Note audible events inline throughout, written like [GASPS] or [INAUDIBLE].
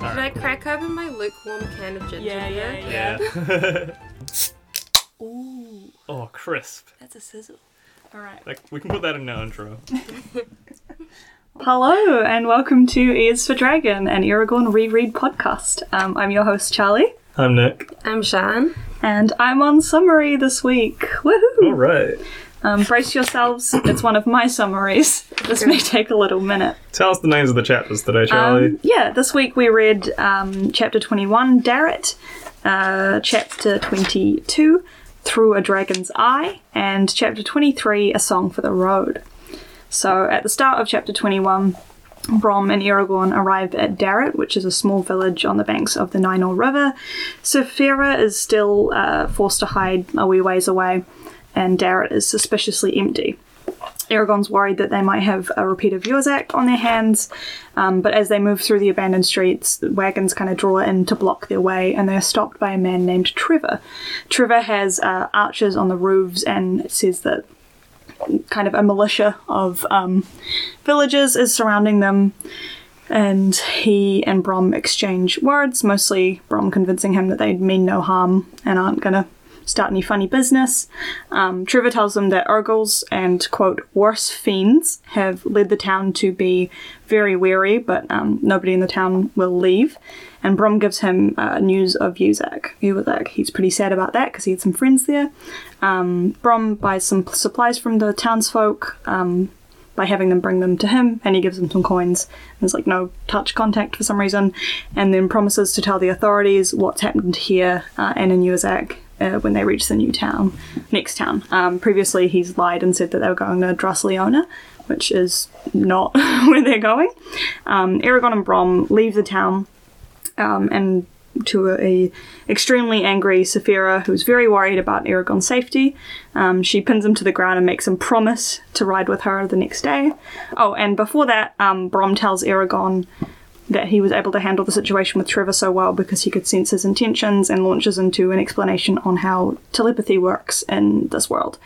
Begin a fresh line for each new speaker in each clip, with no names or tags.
I crack open my lukewarm can of ginger
Yeah,
beer?
yeah, yeah.
Yeah.
[LAUGHS] Ooh,
oh, crisp.
that's a sizzle. All right.
Like we can put that in our intro.
Hello, and welcome to Ears for Dragon, an Aragorn reread podcast. Um, I'm your host, Charlie,
I'm Nick.
I'm Sean.
and I'm on summary this week. Woohoo!
All right.
Um, brace yourselves, it's one of my summaries. This may take a little minute.
Tell us the names of the chapters today, Charlie.
Um, yeah, this week we read um, chapter 21, Darret, uh, chapter 22, Through a Dragon's Eye, and chapter 23, A Song for the Road. So at the start of chapter 21, Brom and Aragorn arrive at Darret, which is a small village on the banks of the Ninor River. Saphira is still uh, forced to hide a wee ways away, and Darret is suspiciously empty. Aragorn's worried that they might have a repeat of Yorzak on their hands, um, but as they move through the abandoned streets, the wagons kind of draw in to block their way, and they are stopped by a man named Trevor. Trevor has uh, archers on the roofs and says that kind of a militia of um, villagers is surrounding them, and he and Brom exchange words, mostly Brom convincing him that they mean no harm and aren't going to start any funny business. Um, Trevor tells them that Urgles and, quote, worse fiends have led the town to be very wary, but um, nobody in the town will leave. And Brom gives him uh, news of Yuzak. Yuzak, he's pretty sad about that because he had some friends there. Um, Brom buys some p- supplies from the townsfolk um, by having them bring them to him, and he gives them some coins. There's like no touch contact for some reason, and then promises to tell the authorities what's happened here uh, and in Yuzak. Uh, when they reach the new town, next town. Um, previously, he's lied and said that they were going to Drusleona, which is not [LAUGHS] where they're going. Um, Aragon and Brom leave the town um, and to a, a extremely angry Saphira, who's very worried about Aragon's safety. Um, she pins him to the ground and makes him promise to ride with her the next day. Oh, and before that, um, Brom tells Aragon that he was able to handle the situation with Trevor so well because he could sense his intentions and launches into an explanation on how telepathy works in this world.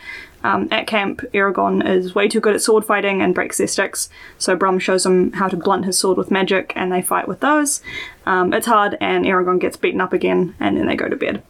Um, at camp, Aragon is way too good at sword fighting and breaks their sticks, so Brum shows him how to blunt his sword with magic and they fight with those. Um, it's hard, and Aragon gets beaten up again, and then they go to bed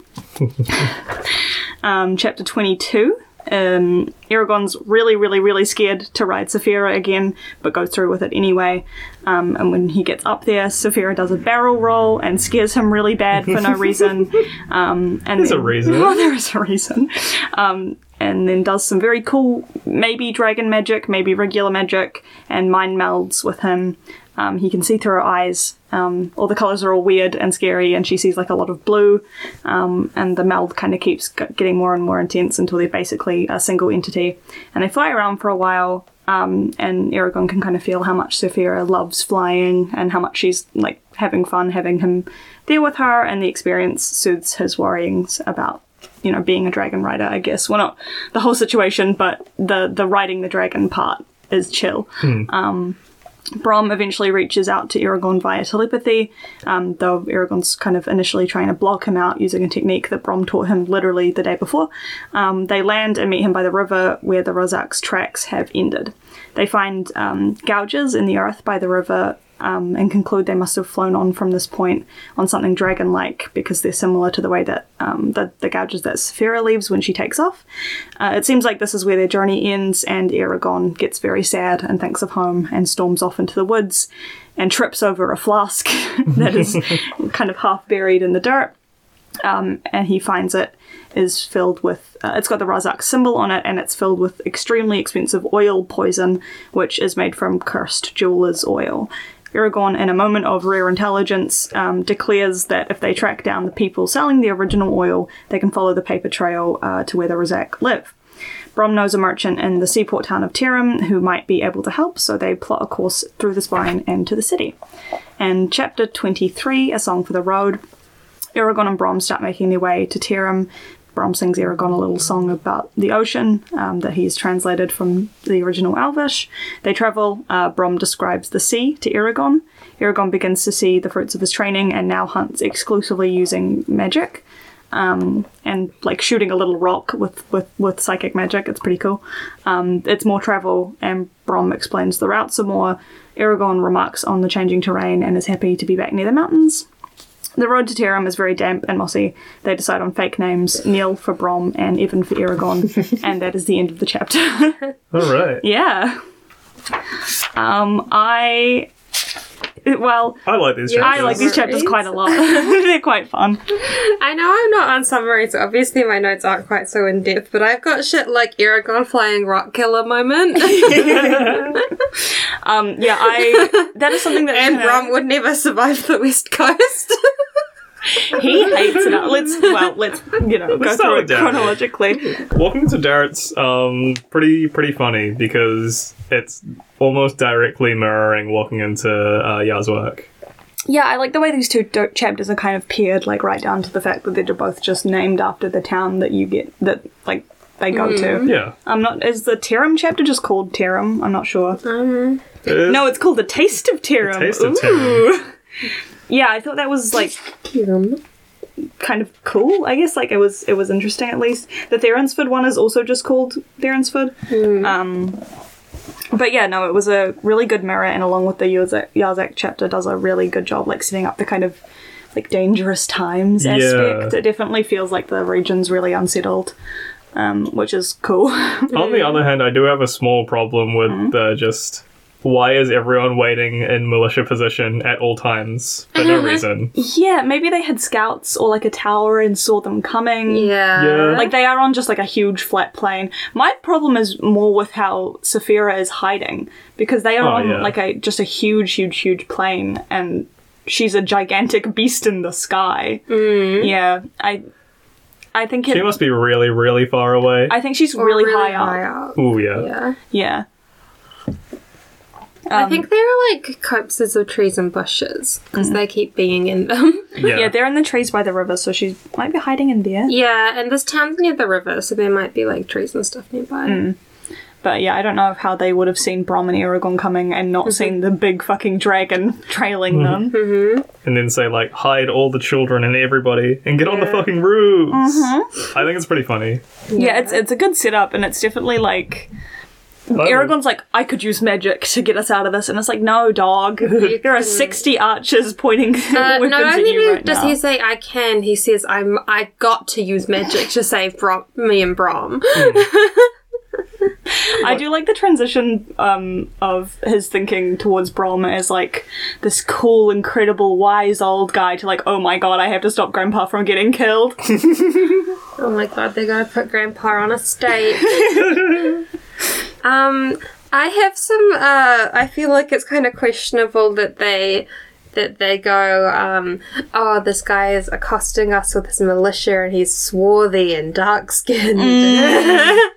um, chapter 22. Um, Aragorn's really, really, really scared to ride Saphira again, but goes through with it anyway. Um, and when he gets up there, Saphira does a barrel roll and scares him really bad for
[LAUGHS]
no reason. Um, and
There's a
then- [LAUGHS]
reason.
Well, there is a reason. Um, and then does some very cool, maybe dragon magic, maybe regular magic, and mind melds with him. Um, he can see through her eyes. Um, all the colors are all weird and scary, and she sees like a lot of blue. Um, and the meld kind of keeps g- getting more and more intense until they're basically a single entity. And they fly around for a while, um, and Aragon can kind of feel how much Sophia loves flying and how much she's like having fun having him there with her, and the experience soothes his worryings about you know being a dragon rider. I guess well not the whole situation, but the the riding the dragon part is chill. Um, Brom eventually reaches out to Aragorn via telepathy, um, though Aragorn's kind of initially trying to block him out using a technique that Brom taught him literally the day before. Um, they land and meet him by the river where the Razak's tracks have ended. They find um, gouges in the earth by the river um, and conclude they must have flown on from this point on something dragon like because they're similar to the way that um, the, the gouges that Saphira leaves when she takes off. Uh, it seems like this is where their journey ends, and Aragon gets very sad and thinks of home and storms off into the woods and trips over a flask [LAUGHS] that is kind of half buried in the dirt. Um, and he finds it is filled with uh, it's got the Razak symbol on it and it's filled with extremely expensive oil poison which is made from cursed jeweler's oil. Aragorn, in a moment of rare intelligence, um, declares that if they track down the people selling the original oil, they can follow the paper trail uh, to where the Razak live. Brom knows a merchant in the seaport town of Tiram who might be able to help, so they plot a course through the spine and to the city. And chapter 23, A Song for the Road, Aragon and Brom start making their way to Tiram. Brom sings Aragon a little song about the ocean um, that he's translated from the original Elvish. They travel. Uh, Brom describes the sea to Aragon. Aragon begins to see the fruits of his training and now hunts exclusively using magic um, and like shooting a little rock with with with psychic magic. It's pretty cool. Um, it's more travel, and Brom explains the route some more. Aragorn remarks on the changing terrain and is happy to be back near the mountains. The road to Terum is very damp and mossy. They decide on fake names Neil for Brom and Evan for Eragon, and that is the end of the chapter. [LAUGHS]
All right.
yeah. Um, I. Well,
I like these
Yeah,
chapters.
I like these chapters
Summaries.
quite [LAUGHS] a lot. They're quite fun.
I know I'm not on summary, so obviously my notes aren't quite so in depth, but I've got shit like Aragon flying rock killer moment,
[LAUGHS] [LAUGHS] Um, yeah, I. That is something that
[LAUGHS] and
you know,
Brom would never survive the West [LAUGHS] Coast.
he hates it. Let's well, let's you know go
Let's
through
narrow
it
it down.
chronologically.
Walking to Darrett's um pretty pretty funny because it's almost directly mirroring walking into uh, Yar's work.
Yeah, I like the way these two do- chapters are kind of paired, like right down to the fact that they're both just named after the town that you get that like they go to.
Yeah.
I'm not. Is the Terum chapter just called Terum? I'm not sure.
It's
No, it's called the Taste of Terum.
Taste of
Ooh.
Terum.
Yeah, I thought that was like kind of cool. I guess like it was it was interesting at least. The Theronsford one is also just called Theronsford. Um, but yeah, no, it was a really good mirror, and along with the Yazak, Yazak chapter, does a really good job like setting up the kind of like dangerous times
Yeah.
aspect. It definitely feels like the region's really unsettled, um, which is cool. [LAUGHS]
On the other hand, I do have a small problem with
Mm-hmm.
uh, just why is everyone waiting in militia position at all times
[LAUGHS]
for no reason?
yeah, maybe they had scouts or like a tower and saw them coming.
Yeah.
Yeah.
Like they are on just like a huge flat plane. My problem is more with how Saphira is hiding because they are
Oh,
on
yeah.
like a just a huge, huge, huge plane, and she's a gigantic beast in the sky. Yeah, I, I think
She
it,
must be really really far away.
I think she's
Or
really, high, up.
up.
Oh yeah.
Yeah.
Yeah, Um,
I think they're like copses of trees and bushes because
mm-hmm.
they keep being in them. [LAUGHS]
Yeah.
yeah, they're in the trees by the river, so she might be hiding in there.
yeah, and this town's near the river, so there might be like trees and stuff nearby.
Mm. But yeah, I don't know how they would have seen Brom and Aragorn coming and not seen the big fucking dragon [LAUGHS] trailing them.
and then say like hide all the children and everybody and get on the fucking roofs.
Mm-hmm.
I think it's pretty funny.
Yeah, it's it's a good setup, and it's definitely like. Aragorn's like, I could use magic to get us out of this, and it's like,
[LAUGHS]
no, dog. there are sixty archers pointing [LAUGHS]
Uh,
weapons
not
at
only
you right
does
now.
he say I can, he says I'm. I got to use magic to save Brom, me and
[LAUGHS]
Brom.
I do like the transition um, of his thinking towards Brom as like this cool, incredible, wise old guy to like, oh my god, I have to stop Grandpa from getting
[LAUGHS]
killed.
oh my god, they're gonna put Grandpa on a
[LAUGHS]
stake. um, I have some. Uh, I feel like it's kind of questionable that they. That they go, um, oh, this guy is accosting us with his militia, and he's swarthy and dark skinned.
Mm.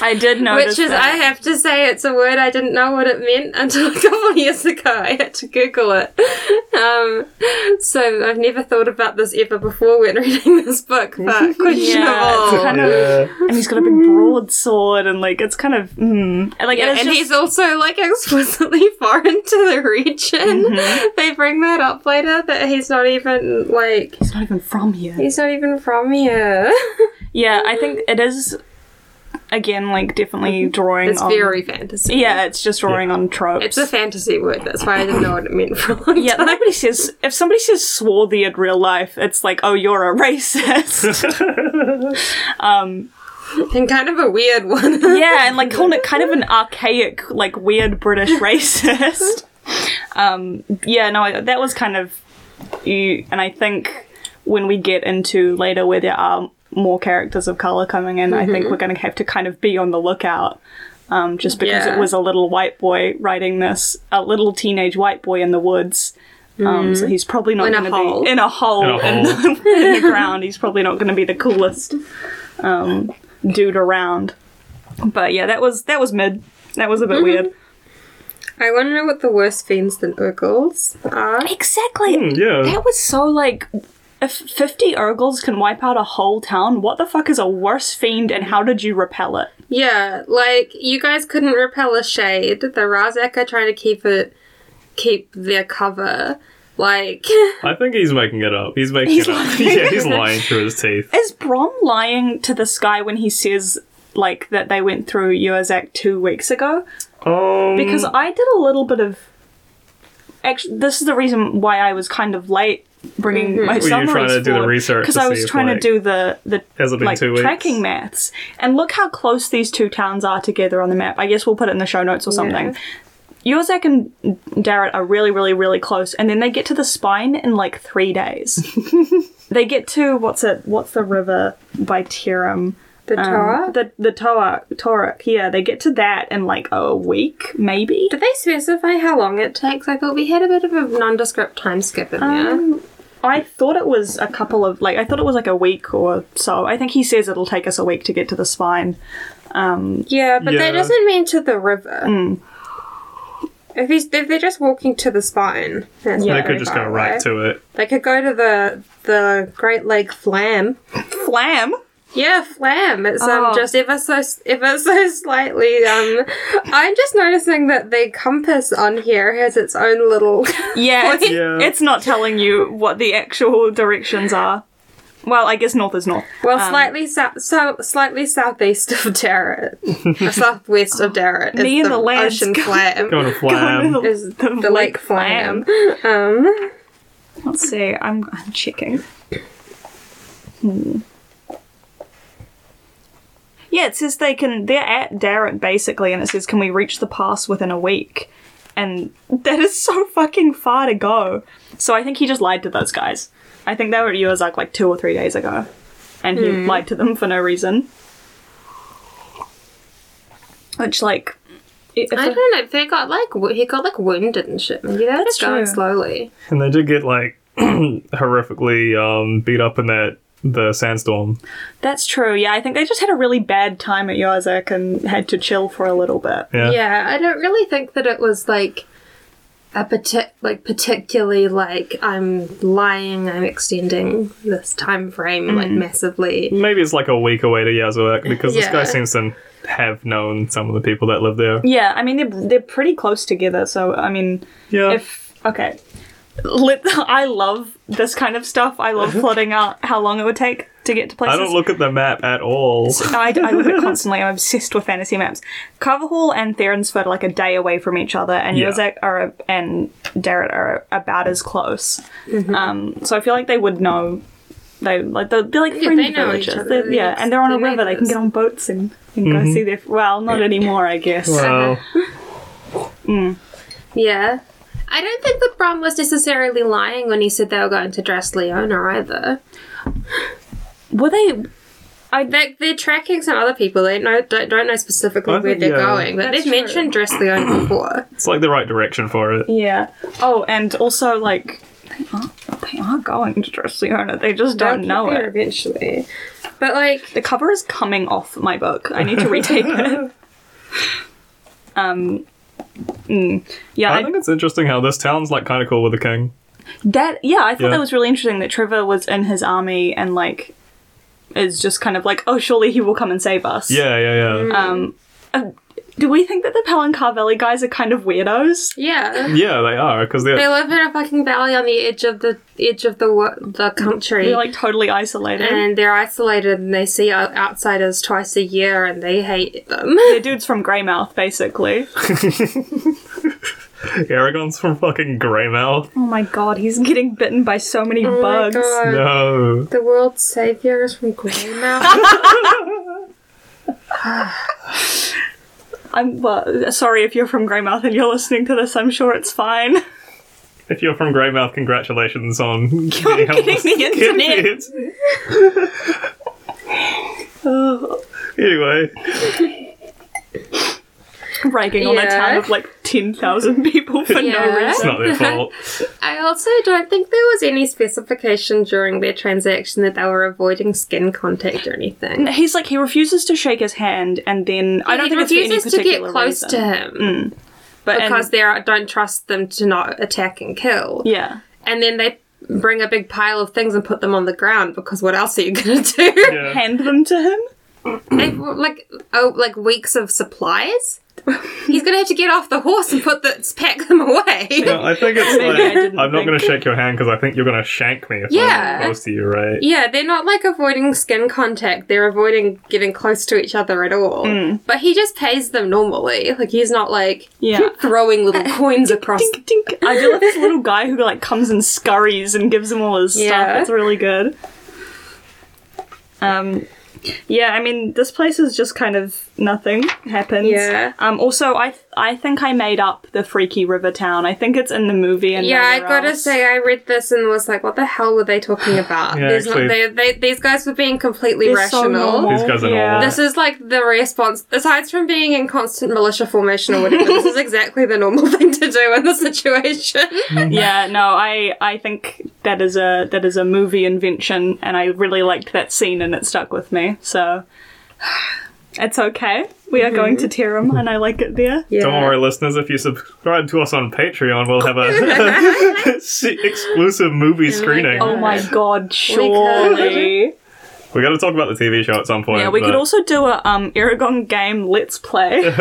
I did
Which
notice
is, I
that.
have to say, it's a word I didn't know what it meant [LAUGHS] until a couple of years ago. I had to Google it. Um, so I've never thought about this ever before when [LAUGHS] reading this book,
[LAUGHS]
but questionable.
it's kind of-
Yeah.
and he's got a big broadsword, and like it's kind of, mm. and, like,
Yeah,
and
and
it's just-
he's also like [LAUGHS] explicitly foreign to the region.
Mm-hmm.
They bring that up later that he's not even like
he's not even from here.
he's not even from
[LAUGHS]
here.
Yeah, I think it is. Again, like definitely drawing.
It's
on,
very fantasy.
Um, Yeah, it's just drawing on tropes.
It's a fantasy word. That's why I didn't know what it meant for a long
yeah,
time.
nobody says if somebody says swarthy in real life, it's like, oh, you're a racist. Um,
And kind of a weird one. [LAUGHS]
yeah, and like calling it kind of an archaic, like
[LAUGHS]
weird British racist. Um, yeah, no, I- that was kind of, you, and I think when we get into later where there are more characters of color coming in, I
Mm-hmm.
think we're going to have to kind of be on the lookout. Um, just because
Yeah.
it was a little white boy writing this, a little teenage white boy in the woods. Um, so he's probably not
Mm-hmm. In a
going to
hole.
be in a hole
In a
[LAUGHS]
hole.
in the ground. He's probably not going to be the coolest um, dude around. But yeah, that was that was mid. That was a bit weird.
I want to know what the worst fiends than Urgles are.
Exactly.
Hmm, yeah.
That was so like. If 50 Urgles can wipe out a whole town, what the fuck is a worse fiend and how did you repel it?
Yeah, like you guys couldn't repel a shade. The Razak are trying to keep it, keep their cover. Like, [LAUGHS]
I think he's making it up. He's making
He's
it up.
lying.
[LAUGHS] yeah, he's lying through
[LAUGHS]
his teeth.
Is Brom lying to the sky when he says, like, that they went through Uazak two weeks ago?
Um,
because I did a little bit of. Actually, this is the reason why I was kind of late bringing my
Mm-hmm. you
summaries
trying to do the
forward,
research
because
to
I
see
was
if,
trying
like,
to do the the
has it been
like
two weeks?
tracking maths. And look how close these two towns are together on the map. I guess we'll put it in the show notes or something. Yozak and Darrett are really, really, really close, and then they get to the spine in like three
[LAUGHS]
days. they get to what's it? What's the river by Tirum?
The
Um,
Torah?
the the Toa Torok. Yeah, they get to that in like a week, maybe.
Did they specify how long it takes? I thought we had a bit of a nondescript time skip in there.
I thought it was a couple of like I thought it was like a week or so. I think he says it'll take us a week to get to the spine.
Yeah, but
Yeah. Mm.
that doesn't mean to the river. If, he's, if they're just walking to the spine, that's
Yeah.
not very
They could just
far
go right
away.
to it.
They could go to the the Great Lake Flam.
Flam.
Yeah, Flam. It's
Oh.
um, just ever so s- ever so slightly. Um, I'm just noticing that the compass on here has its own little.
Yeah, it's,
Yeah.
it's not telling you what the actual directions are. Well, I guess north is north.
Well, slightly south, so slightly southeast of [LAUGHS] Darrett, or southwest of Darrett. is
Me and the lads
ocean
go-
flam
Going to
[LAUGHS]
flam.
Going to
is the, lake flam. Um,
Let's see. I'm I'm checking. Hmm. Yeah, it says they can. They're at Darrett basically, and it says, "Can we reach the pass within a week?" And that is so fucking far to go. So I think he just lied to those guys. I think they were at Yozak like two or three days ago, and he
Hmm.
lied to them for no reason. Which like, i- if
I
a-
don't know. They got like w- he got like wounded and shit. Maybe that is going
true.
slowly.
And they did get like [CLEARS THROAT] horrifically um, beat up in that the sandstorm.
that's true. Yeah, I think they just had a really bad time at Yozak and had to chill for a little bit.
Yeah.
Yeah, I don't really think that it was like a partic- like particularly like I'm lying, I'm extending this time frame like
Mm-hmm.
massively.
Maybe it's like a week away to Yazwak because this
Yeah.
guy seems to have known some of the people that live there.
Yeah, I mean they're they're pretty close together. So I mean,
Yeah.
if okay, Let, [LAUGHS] I love this kind of stuff. I
[LAUGHS]
love plotting out how long it would take to get to places.
I don't look at the map at all.
No, I, I look at it
[LAUGHS]
constantly. I'm obsessed with fantasy maps. Coverhall and Theronsford are like a day away from each other, and
Yeah.
Yozak are and Darrett are about as close.
Mm-hmm.
Um, so I feel like they would know. They like they're, they're like friend
they know each
villages.
other.
They're-
They're
yeah,
next-
and they're on a
they're
river. They can
neighbours.
get on boats and, and
Mm-hmm.
go see their. Well, not anymore, I guess.
Well,
Yeah. I don't think that Brom was necessarily lying when he said they were going to dress Leona either.
Were they?
They, they're tracking some other people. They know, don't, don't know specifically
I
where
think,
they're
yeah.
going, but they've
That's true.
mentioned dress
[CLEARS THROAT]
Leona before.
it's like the right direction for it.
Yeah. Oh, and also like they are they are going to Dressleona. They just don't
They'll
know
get there
it.
eventually. But like,
The cover is coming off my book. I need to retake it. Um. mm, yeah,
I
I,
think it's interesting how this town's like kind of cool with the king.
that yeah, I thought
Yeah.
that was really interesting that Trevor was in his army and like is just kind of like, oh, surely he will come and save us.
Yeah, yeah, yeah.
Um. Mm. uh, do we think that the Palancar Valley guys are kind of weirdos?
yeah.
yeah, they are because they're
They live in a fucking valley on the edge of the edge of the wo- the country,
They're like totally isolated.
and they're isolated, and they see o- outsiders twice a year, and they hate them.
they're dudes from Greymouth, basically.
[LAUGHS] Aragon's from fucking Greymouth.
Oh my god, he's getting bitten by so many
Oh
bugs.
Uh.
No.
The world's savior is from Greymouth.
I'm well, sorry if you're from Greymouth and you're listening to this. I'm sure it's fine. [LAUGHS]
If you're from Greymouth, congratulations on getting [LAUGHS]
getting the internet.
internet. anyway,
[LAUGHS] Ragging on a
Yeah.
town of like
[LAUGHS]
ten thousand people for no
Yeah.
it's
reason.
not their fault.
I also don't think there was any specification during their transaction that they were avoiding skin contact or anything.
He's like he refuses to shake his hand, and then I don't
he
think it's for any
refuses to get
particular
close
reason.
to him
but and-
Mm. because they are- don't trust them to not attack and kill.
yeah,
And then they bring a big pile of things and put them on the ground because what else are you going to do?
Yeah.
hand them to him.
[LAUGHS] They've like oh like weeks of supplies. He's gonna have to get off the horse and put the pack them away.
No, I think
[LAUGHS]
it's
Maybe I
like,
didn't
I'm not going to
think.
shake your hand because I think you're going to shank me if
Yeah.
I'm close to you, right?
Yeah, they're not like avoiding skin contact. They're avoiding getting close to each other at all.
Mm.
But he just pays them normally. Like he's not like
Yeah.
[LAUGHS] throwing
[LAUGHS]
little coins across.
Tink, tink. I do love this little guy who like comes and scurries and gives him all his
Yeah.
stuff. It's really good. Um, yeah, I mean, this place is just kind of nothing happens.
Yeah.
Um. Also, I I think I made up the freaky river town. I think it's in the movie. And
Yeah, I
nowhere
gotta
else.
say, I read this and was like, "What the hell were they
[SIGHS]
talking about?"
Yeah,
There's not, they,
actually-
they, these guys were being completely
They're so
rational.
normal.
These guys are
yeah.
normal.
this is like the response. Aside from being in constant militia formation or whatever,
[LAUGHS]
this is exactly the normal [LAUGHS] thing to do in the situation.
yeah no i i think that is a that is a movie invention and i really liked that scene and it stuck with me so [SIGHS] it's okay we are going to Tirum and i like it there
Mm-hmm. Yeah.
Don't worry, listeners. If you subscribe to us on Patreon, we'll have
[LAUGHS]
a s- exclusive movie screening.
God.
oh my god
could.
surely
We got to talk about the TV show at some point.
yeah we could
but
also do a um aragon game let's
[LAUGHS]
play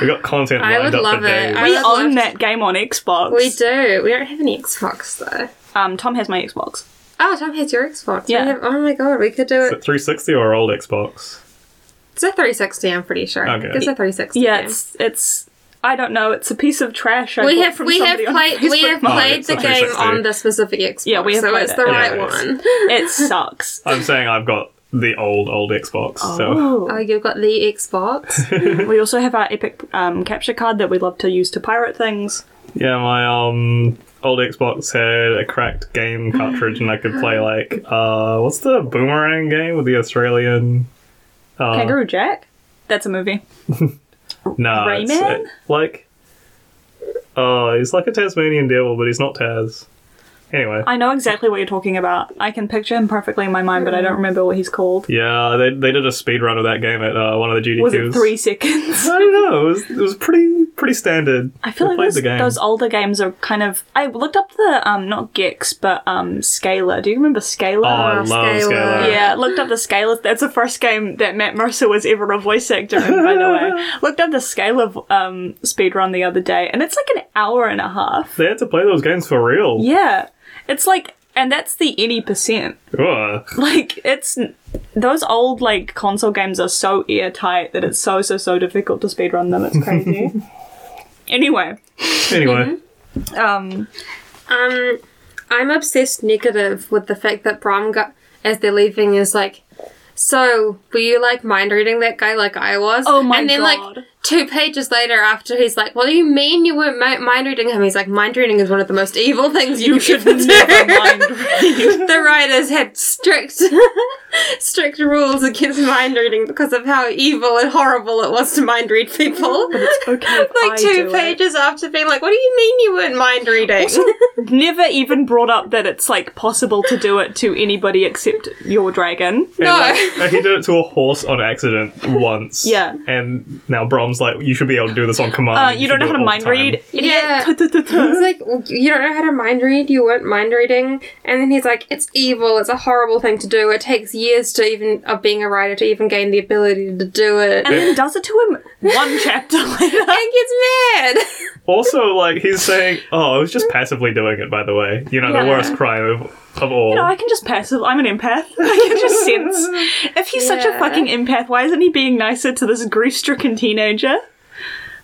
We got content
I
lined
would
up
love
for
it.
days.
I
we
would love
own
to-
that game on xbox
We do. We don't have any Xbox though.
um tom has my xbox
Oh, Tom has your Xbox. We
Yeah.
have- oh my god, we could do
Is
it.
it 360 or old Xbox?
It's a 360, I'm pretty sure. I think
Okay.
It's a 360.
yeah
game.
it's it's i don't know it's a piece of trash I
We
bought
have
from
we have
somebody on
played we have
Facebook.
Oh,
played
it's
the
a
game
360.
on the specific Xbox.
Yeah, we have
so
played
it's
it.
the
Yeah,
right
it is.
one.
[LAUGHS] it sucks
I'm saying I've got the old old Xbox. So
Oh.
Oh, you've got the Xbox.
We also have our epic um, capture card that we love to use to pirate things.
yeah, my um old Xbox had a cracked game cartridge, and I could play like uh what's the boomerang game with the Australian. Uh,
Kangaroo Jack? That's a movie.
No, it's,
Rayman?
uh, like, oh, he's like a Tasmanian devil, but he's not Tas. Anyway,
I know exactly what you're talking about. I can picture him perfectly in my mind, but I don't remember what he's called.
yeah, they, they did a speed run of that game at uh, one of the GDQs.
Was it three seconds? [LAUGHS]
I don't know. It was, it was pretty pretty standard.
I feel
We
like
played
those,
the game.
those older games are kind of. I looked up the um not Gex but um Scalar. Do you remember
oh,
Scalar?
I
Oh,
love
Scalar.
Scalar.
uh, yeah, looked up the Scalar. That's the first game that Matt Mercer was ever a voice actor in. By the way, looked up the Scalar um speedrun the other day, and it's like an hour and a half.
They had to play those games for real.
Yeah. It's like, and that's the any percent. [LAUGHS]
Ugh.
Like, it's. Those old, like, console games are so airtight that it's so, so, so difficult to speedrun them. It's crazy.
[LAUGHS]
anyway, Mm-hmm.
Anyway,
[LAUGHS]
um,
um, I'm obsessed negative with the fact that Bram got as they're leaving is like. So were you like mind reading that guy like I was?
Oh my
And then like
God.
two pages later, after he's like, "What do you mean you weren't mi- mind reading him?" He's like, "Mind reading is one of the most evil things you,
you
could
should
do."
never
[LAUGHS]
mind read.
the writers had strict [LAUGHS] strict rules against mind reading because of how evil and horrible it was to mind read people.
[LAUGHS] [LAUGHS] Okay, if
[LAUGHS] like
I
two
do it.
pages after being like, What do you mean you weren't mind reading?
Never even brought up that it's like possible to do it to anybody except your dragon.
no.
and he did it to a horse on accident
[LAUGHS]
once.
Yeah.
And now Brom's like, you should be able to do this on command.
Uh, you
should
don't know
do
how
it
to
all the
mind
time."
read.
Yeah.
Idiot. [LAUGHS]
He's like, "Well, you don't know how to mind read, you weren't mind reading. And then he's like, it's evil, it's a horrible thing to do. It takes years to even, of being a writer, to even gain the ability to do it. [LAUGHS]
and then does it to him one chapter later.
and gets mad. [LAUGHS]
Also, like, he's saying, oh, I was just passively doing it, by the way. You know,
Yeah.
the worst crime of, of all.
No, I can just passive. I'm an empath. [LAUGHS] I can just sense. If he's such a
Yeah.
fucking empath, why isn't he being nicer to this grief-stricken teenager?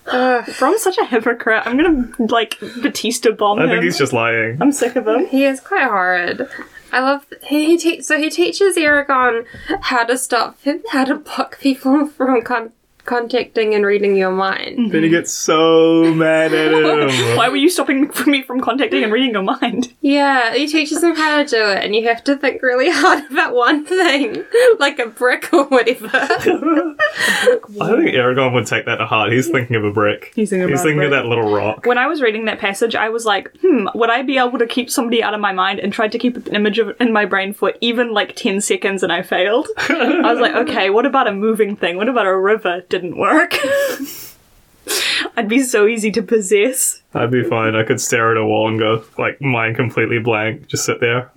Ugh.
Brom's such a hypocrite. I'm gonna like Batista bomb
I
him.
think he's just lying.
I'm sick of him.
He is quite horrid. I love he, he te- so he teaches Aragon how to stop [LAUGHS] him, how to block people [LAUGHS] from con- contacting and reading your mind.
Then he gets so mad at him.
Why were you stopping me from contacting and reading your mind?
Yeah, he teaches them how to do it, and you have to think really [LAUGHS] hard about one thing, [LAUGHS] like a brick or whatever.
I don't think Aragorn would take that to heart. He's thinking of a brick.
He's thinking about a
of
brick.
that little rock.
When I was reading that passage, I was like, hmm, would I be able to keep somebody out of my mind and tried to keep an image of in my brain for even like 10 seconds and I
[LAUGHS]
failed? I was like, okay, what about a moving thing? What about a river? Didn't work. [LAUGHS] I'd be so easy to possess.
I'd be fine. I could stare at a wall and go like mind completely blank, just sit there.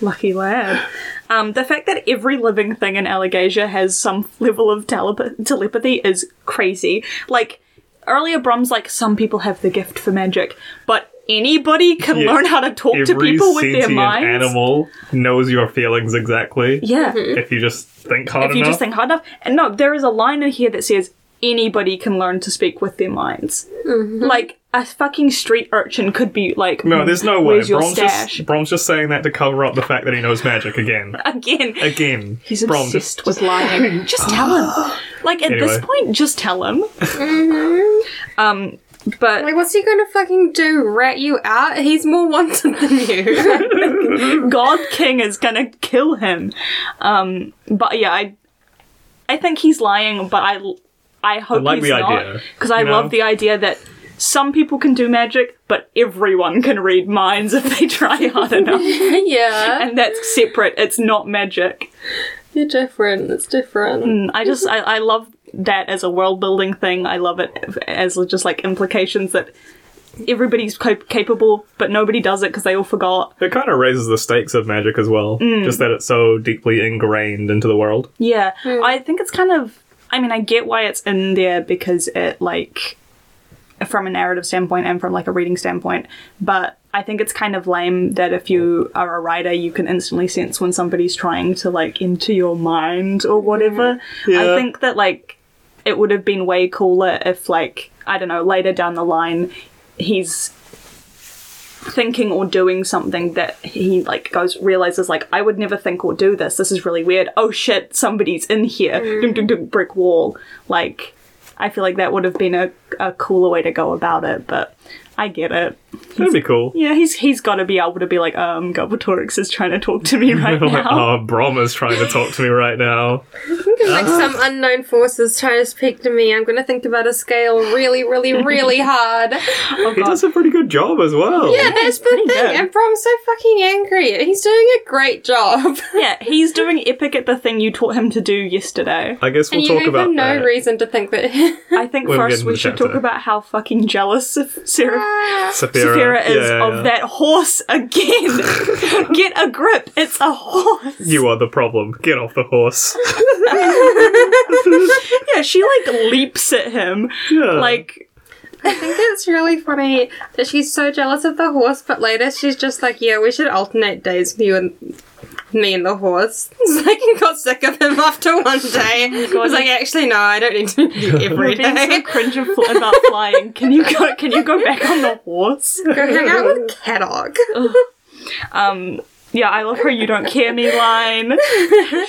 Lucky lad. Um, the fact that every living thing in Allegasia has some level of telep- telepathy is crazy. Like, earlier Brum's like, some people have the gift for magic, but anybody can
Yeah.
learn how to talk to
Every
people with their
sentient
minds.
animal knows your feelings exactly.
Yeah.
If you just think hard
If you
enough.
just think hard enough. And no, there is a line in here that says anybody can learn to speak with their minds. Like, a fucking street urchin could be like,
no, there's no way.
Where's your
Brom's
stash?
just, Brom's just saying that to cover up the fact that he knows
[LAUGHS]
magic again. [LAUGHS]
Again.
Again.
He's
Brom
obsessed
just-
with
[LAUGHS]
lying. just tell him. Like at this
Anyway.
point, just tell him. um, but
Like, what's he gonna fucking do? Rat you out? He's more wanted than
[LAUGHS]
you.
God King is gonna kill him. Um, but yeah, I, I think he's lying. But I, I hope
like
he's
the
not
idea,
because I
you know?
love the idea that some people can do magic, but everyone can read minds [LAUGHS] if they try
[LAUGHS]
hard enough,
yeah.
and that's separate. It's not magic.
You're different. It's different.
Hmm.
And I just I, I love that as a world building thing. I love it as just like implications that everybody's cap- capable, but nobody does it because they all forgot.
It kind of raises the stakes of magic as well, just that it's so deeply ingrained into the world.
Yeah, I think it's kind of. I mean, I get why it's in there because it like from a narrative standpoint and from like a reading standpoint, but I think it's kind of lame that if you are a writer, you can instantly sense when somebody's trying to like into your mind or whatever. I
Yeah.
think that like it would have been way cooler if like I don't know later down the line he's thinking or doing something that he like goes realizes like I would never think or do this. This is really weird. Oh shit, somebody's in here. Dun, dun, dun, brick wall. Like I feel like that would have been a, a cooler way to go about it, but I get it.
That'd be cool.
Yeah, he's he's got to be able to be like, um, Galbatorix is trying to talk to me
[LAUGHS]
right
Like,
now.
oh, Brom is trying to talk to me right now.
Like
Uh-huh.
some unknown forces trying to speak to me. I'm gonna think about a scale really, really,
[LAUGHS]
really hard.
Oh,
He
God.
does a pretty good job as well.
Yeah, that's the thing.
good.
And Brom's so fucking angry. He's doing a great job.
Yeah, he's doing epic at the thing you taught him to do yesterday.
I guess
and
we'll
you
talk
gave
about
him no
that.
reason to think that. [LAUGHS]
I think
We'll get
first
into
we
the
should
chapter.
talk about how fucking jealous [LAUGHS] Saf- Sarah
Saphira,
Safira is
Yeah, yeah.
of that horse
[LAUGHS]
again. Get a grip, it's a horse.
You are the problem. Get off the horse.
Yeah, she like leaps at him.
Yeah.
Like,
I think it's really funny that she's so jealous of the horse, but later she's just like, "Yeah, we should alternate days, you and me and the horse." [LAUGHS] It's like I got sick of him after one day. I was like, "Actually, no, I don't need to do
[LAUGHS]
you every
you're being so
day."
cringe of- about flying. Can you go? Can you go back on the horse?
Go hang out with Cadog.
Um, yeah, I love her. You don't care me line.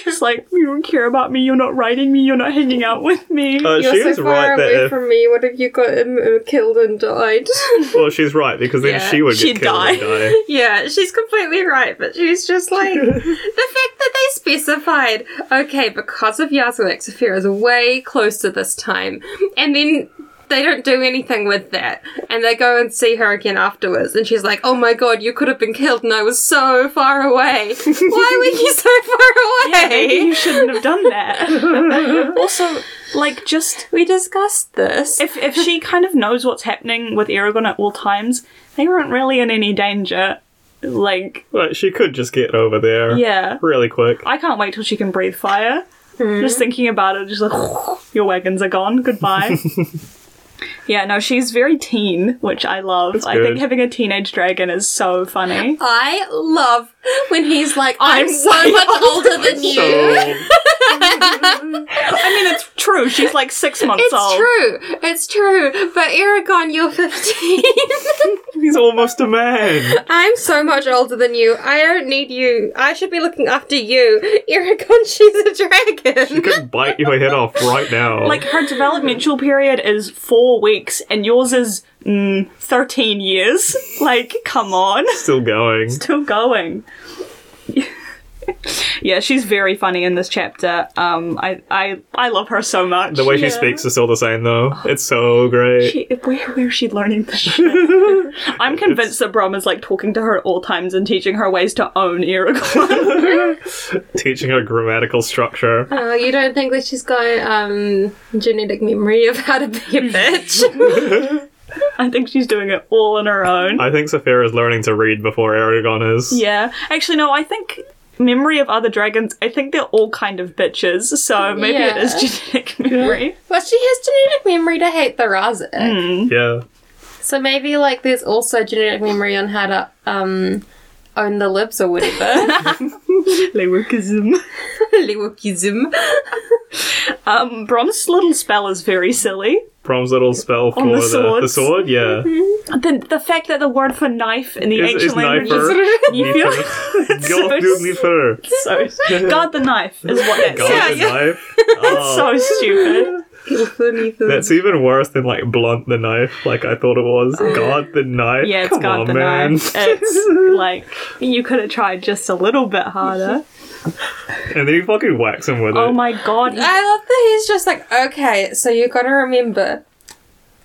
She's like, you don't care about me. You're not writing me. You're not hanging out with me.
Uh,
You're
she
so
is
far
right
away
that if,
from me. What have you got um, uh, killed and died? [LAUGHS]
well, she's right because then
Yeah,
she would
she'd
get killed and
die.
die.
yeah, she's completely right, but she's just like
[LAUGHS]
the fact that they specified. Okay, because of Yazalek, Saphira is way closer this time, and then. They don't do anything with that. And they go and see her again afterwards. And she's like, Oh my god, you could have been killed and I was so far away.
[LAUGHS]
Why were you so far away?
Maybe you shouldn't have done
[LAUGHS]
that. also, like, just
we discussed this.
if
[LAUGHS]
if she kind of knows what's happening with Aragon at all times, they weren't really in any danger. Like,
Like, she could just get over there.
yeah,
Really quick.
I can't wait till she can breathe fire.
Hmm.
Just thinking about it, just like [LAUGHS] your wagons are
[LAUGHS]
gone. Goodbye. yeah, no, she's very teen, which I love. I think
good.
having a teenage dragon is so funny.
I love when he's like, I'm,
I'm
so
way [LAUGHS]
much older than you.
So
I mean, it's true. She's like six months
It's
old.
true. It's true. But Aragon, you're 15.
he's almost a man.
[LAUGHS] I'm so much older than you. I don't need you. I should be looking after you. Aragon, [LAUGHS] she's a
He
dragon.
could bite your head off right now.
[LAUGHS] Like her developmental period is four weeks, and yours is mm, thirteen years. Like, come on,
still going.
still going. [LAUGHS] yeah, she's very funny in this chapter. Um, I I I love her so much.
The way
Yeah.
she speaks is still the same though. It's so great.
Oh, She, where where is she learning
[LAUGHS]
this shit? I'm convinced that Brom is like talking to her at all times and teaching her ways to own Aragorn.
Teaching her grammatical structure.
Uh,
Oh, you don't think that she's got um, genetic memory of how to be a bitch?
[LAUGHS] I think she's doing it all on her own.
I think Sophia is learning to read before Aragon is.
Yeah. Actually, no, I think memory of other dragons, I think they're all kind of bitches, so maybe it is genetic memory.
well, she has genetic memory to hate the Razik.
Yeah.
So maybe like there's also genetic memory on how to um, own the libs or whatever.
Lewukism.
[LAUGHS] Lewukism.
Um, Brom's little spell is very silly.
Brom's little spell for
the
the, the,
swords.
sword, yeah.
The, the fact that the word for knife in the
Is,
ancient
is
language
Nifer.
is [LAUGHS] you feel
[LAUGHS] Nifer. God do
[LAUGHS]
Nifer. [LAUGHS]
so guard the knife is what that
God
says.
the
yeah.
[LAUGHS]
knife. Oh,
So stupid.
that's even worse than like blunt the knife, like I thought it was. God the knife.
Uh, Yeah, it's
Come
guard
on,
the
man.
knife.
[LAUGHS]
Uh, It's like you could have tried just a little bit harder.
And then you fucking wax him with
Oh
it.
my god, he
I love that he's just like, okay, so you gotta remember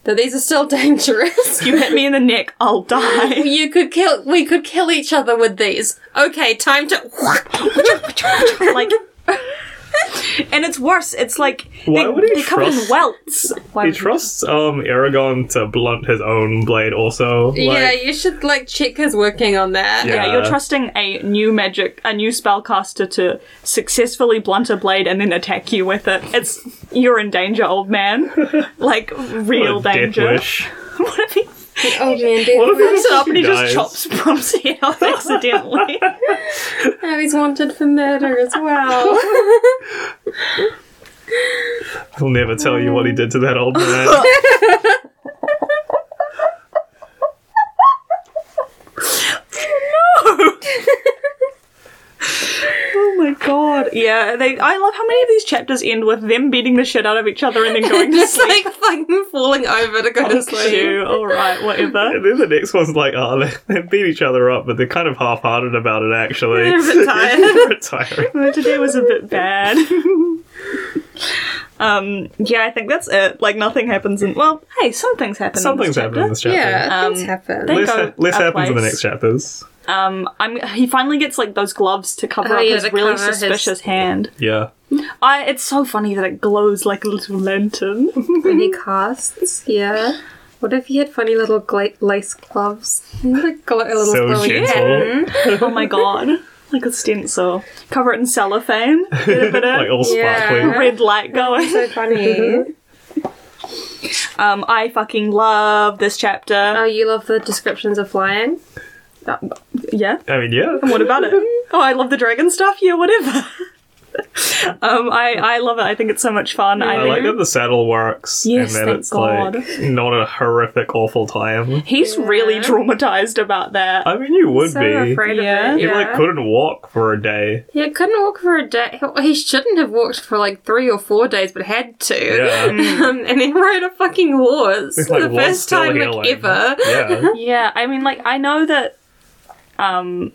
that these are still [LAUGHS] dangerous.
you hit me in the neck, I'll die. [LAUGHS]
you could kill. We could kill each other with these. Okay, time to.
like and it's worse it's like
Why
they,
would he
they come in
trust-
welts Why
He
would-
trusts um Aragon to blunt his own blade also.
[LAUGHS]
Like,
yeah, you should like check his working on that.
Yeah.
yeah, you're trusting a new magic, a new spellcaster to successfully blunt a blade and then attack you with it. It's you're in danger, old man. Like
what a
real
death
danger.
wish.
[LAUGHS] what if he
[LAUGHS] Oh man, dude.
What if
picks it up and he
dies?
just chops Brom's head off accidentally?
[LAUGHS] Now he's wanted for murder as well. [LAUGHS]
He'll never tell you what he did to that
[LAUGHS]
old man.
oh my god. Yeah, they I love how many of these chapters end with them beating the shit out of each other and then going to
just
sleep.
like fucking falling over to go to sleep.
you. All right, whatever.
[LAUGHS] And then the next one's like, oh, they, they beat each other up, but they're kind of half-hearted about it,
[LAUGHS]
actually.
They're a bit
[LAUGHS]
tired.
Retiring.
Uh, today was a bit bad. [LAUGHS] um, yeah, I think that's it. Like nothing happens in well, hey, some things happen. in
Something's
this
happening in this chapter.
Yeah,
Um,
things happen.
they-
Less,
Go
less
a
happens in the
place.
next chapters.
chapter. Um, I'm he finally gets like those gloves to cover
Oh,
up
yeah,
his
to
really
cover his-
suspicious hand.
Yeah.
I it's so funny that it glows like a little lantern. [LAUGHS]
When he casts, yeah. What if he had funny little gla- lace gloves? Like gl- a little
So
glowing
gentle.
pen.
oh my god, like a stencil. Cover it in cellophane. Get a bit of [LAUGHS]
Like, all
Yeah.
sparkly.
red light going.
[LAUGHS] So funny.
Um, I fucking love this chapter.
oh, you love the descriptions of flying?
yeah.
I mean, yeah.
What about
[LAUGHS]
it? Oh, I love the dragon stuff. Yeah, whatever. [LAUGHS] um, I I love it. I think it's so much fun. I,
I
think
like that the saddle works
Yes,
and that
thank
it's
God.
like not a horrific, awful time.
he's really traumatized about that.
I mean, you would
So
be.
afraid
Yeah.
of it.
He
Yeah.
like couldn't walk for a day.
yeah, couldn't walk for a day. He- He shouldn't have walked for like three or four days, but had [LAUGHS] to.
Yeah,
Um, and then rode a fucking horse
It's
the
what's
first
still
time like
healing?
ever.
Yeah,
yeah, I mean, like I know that um,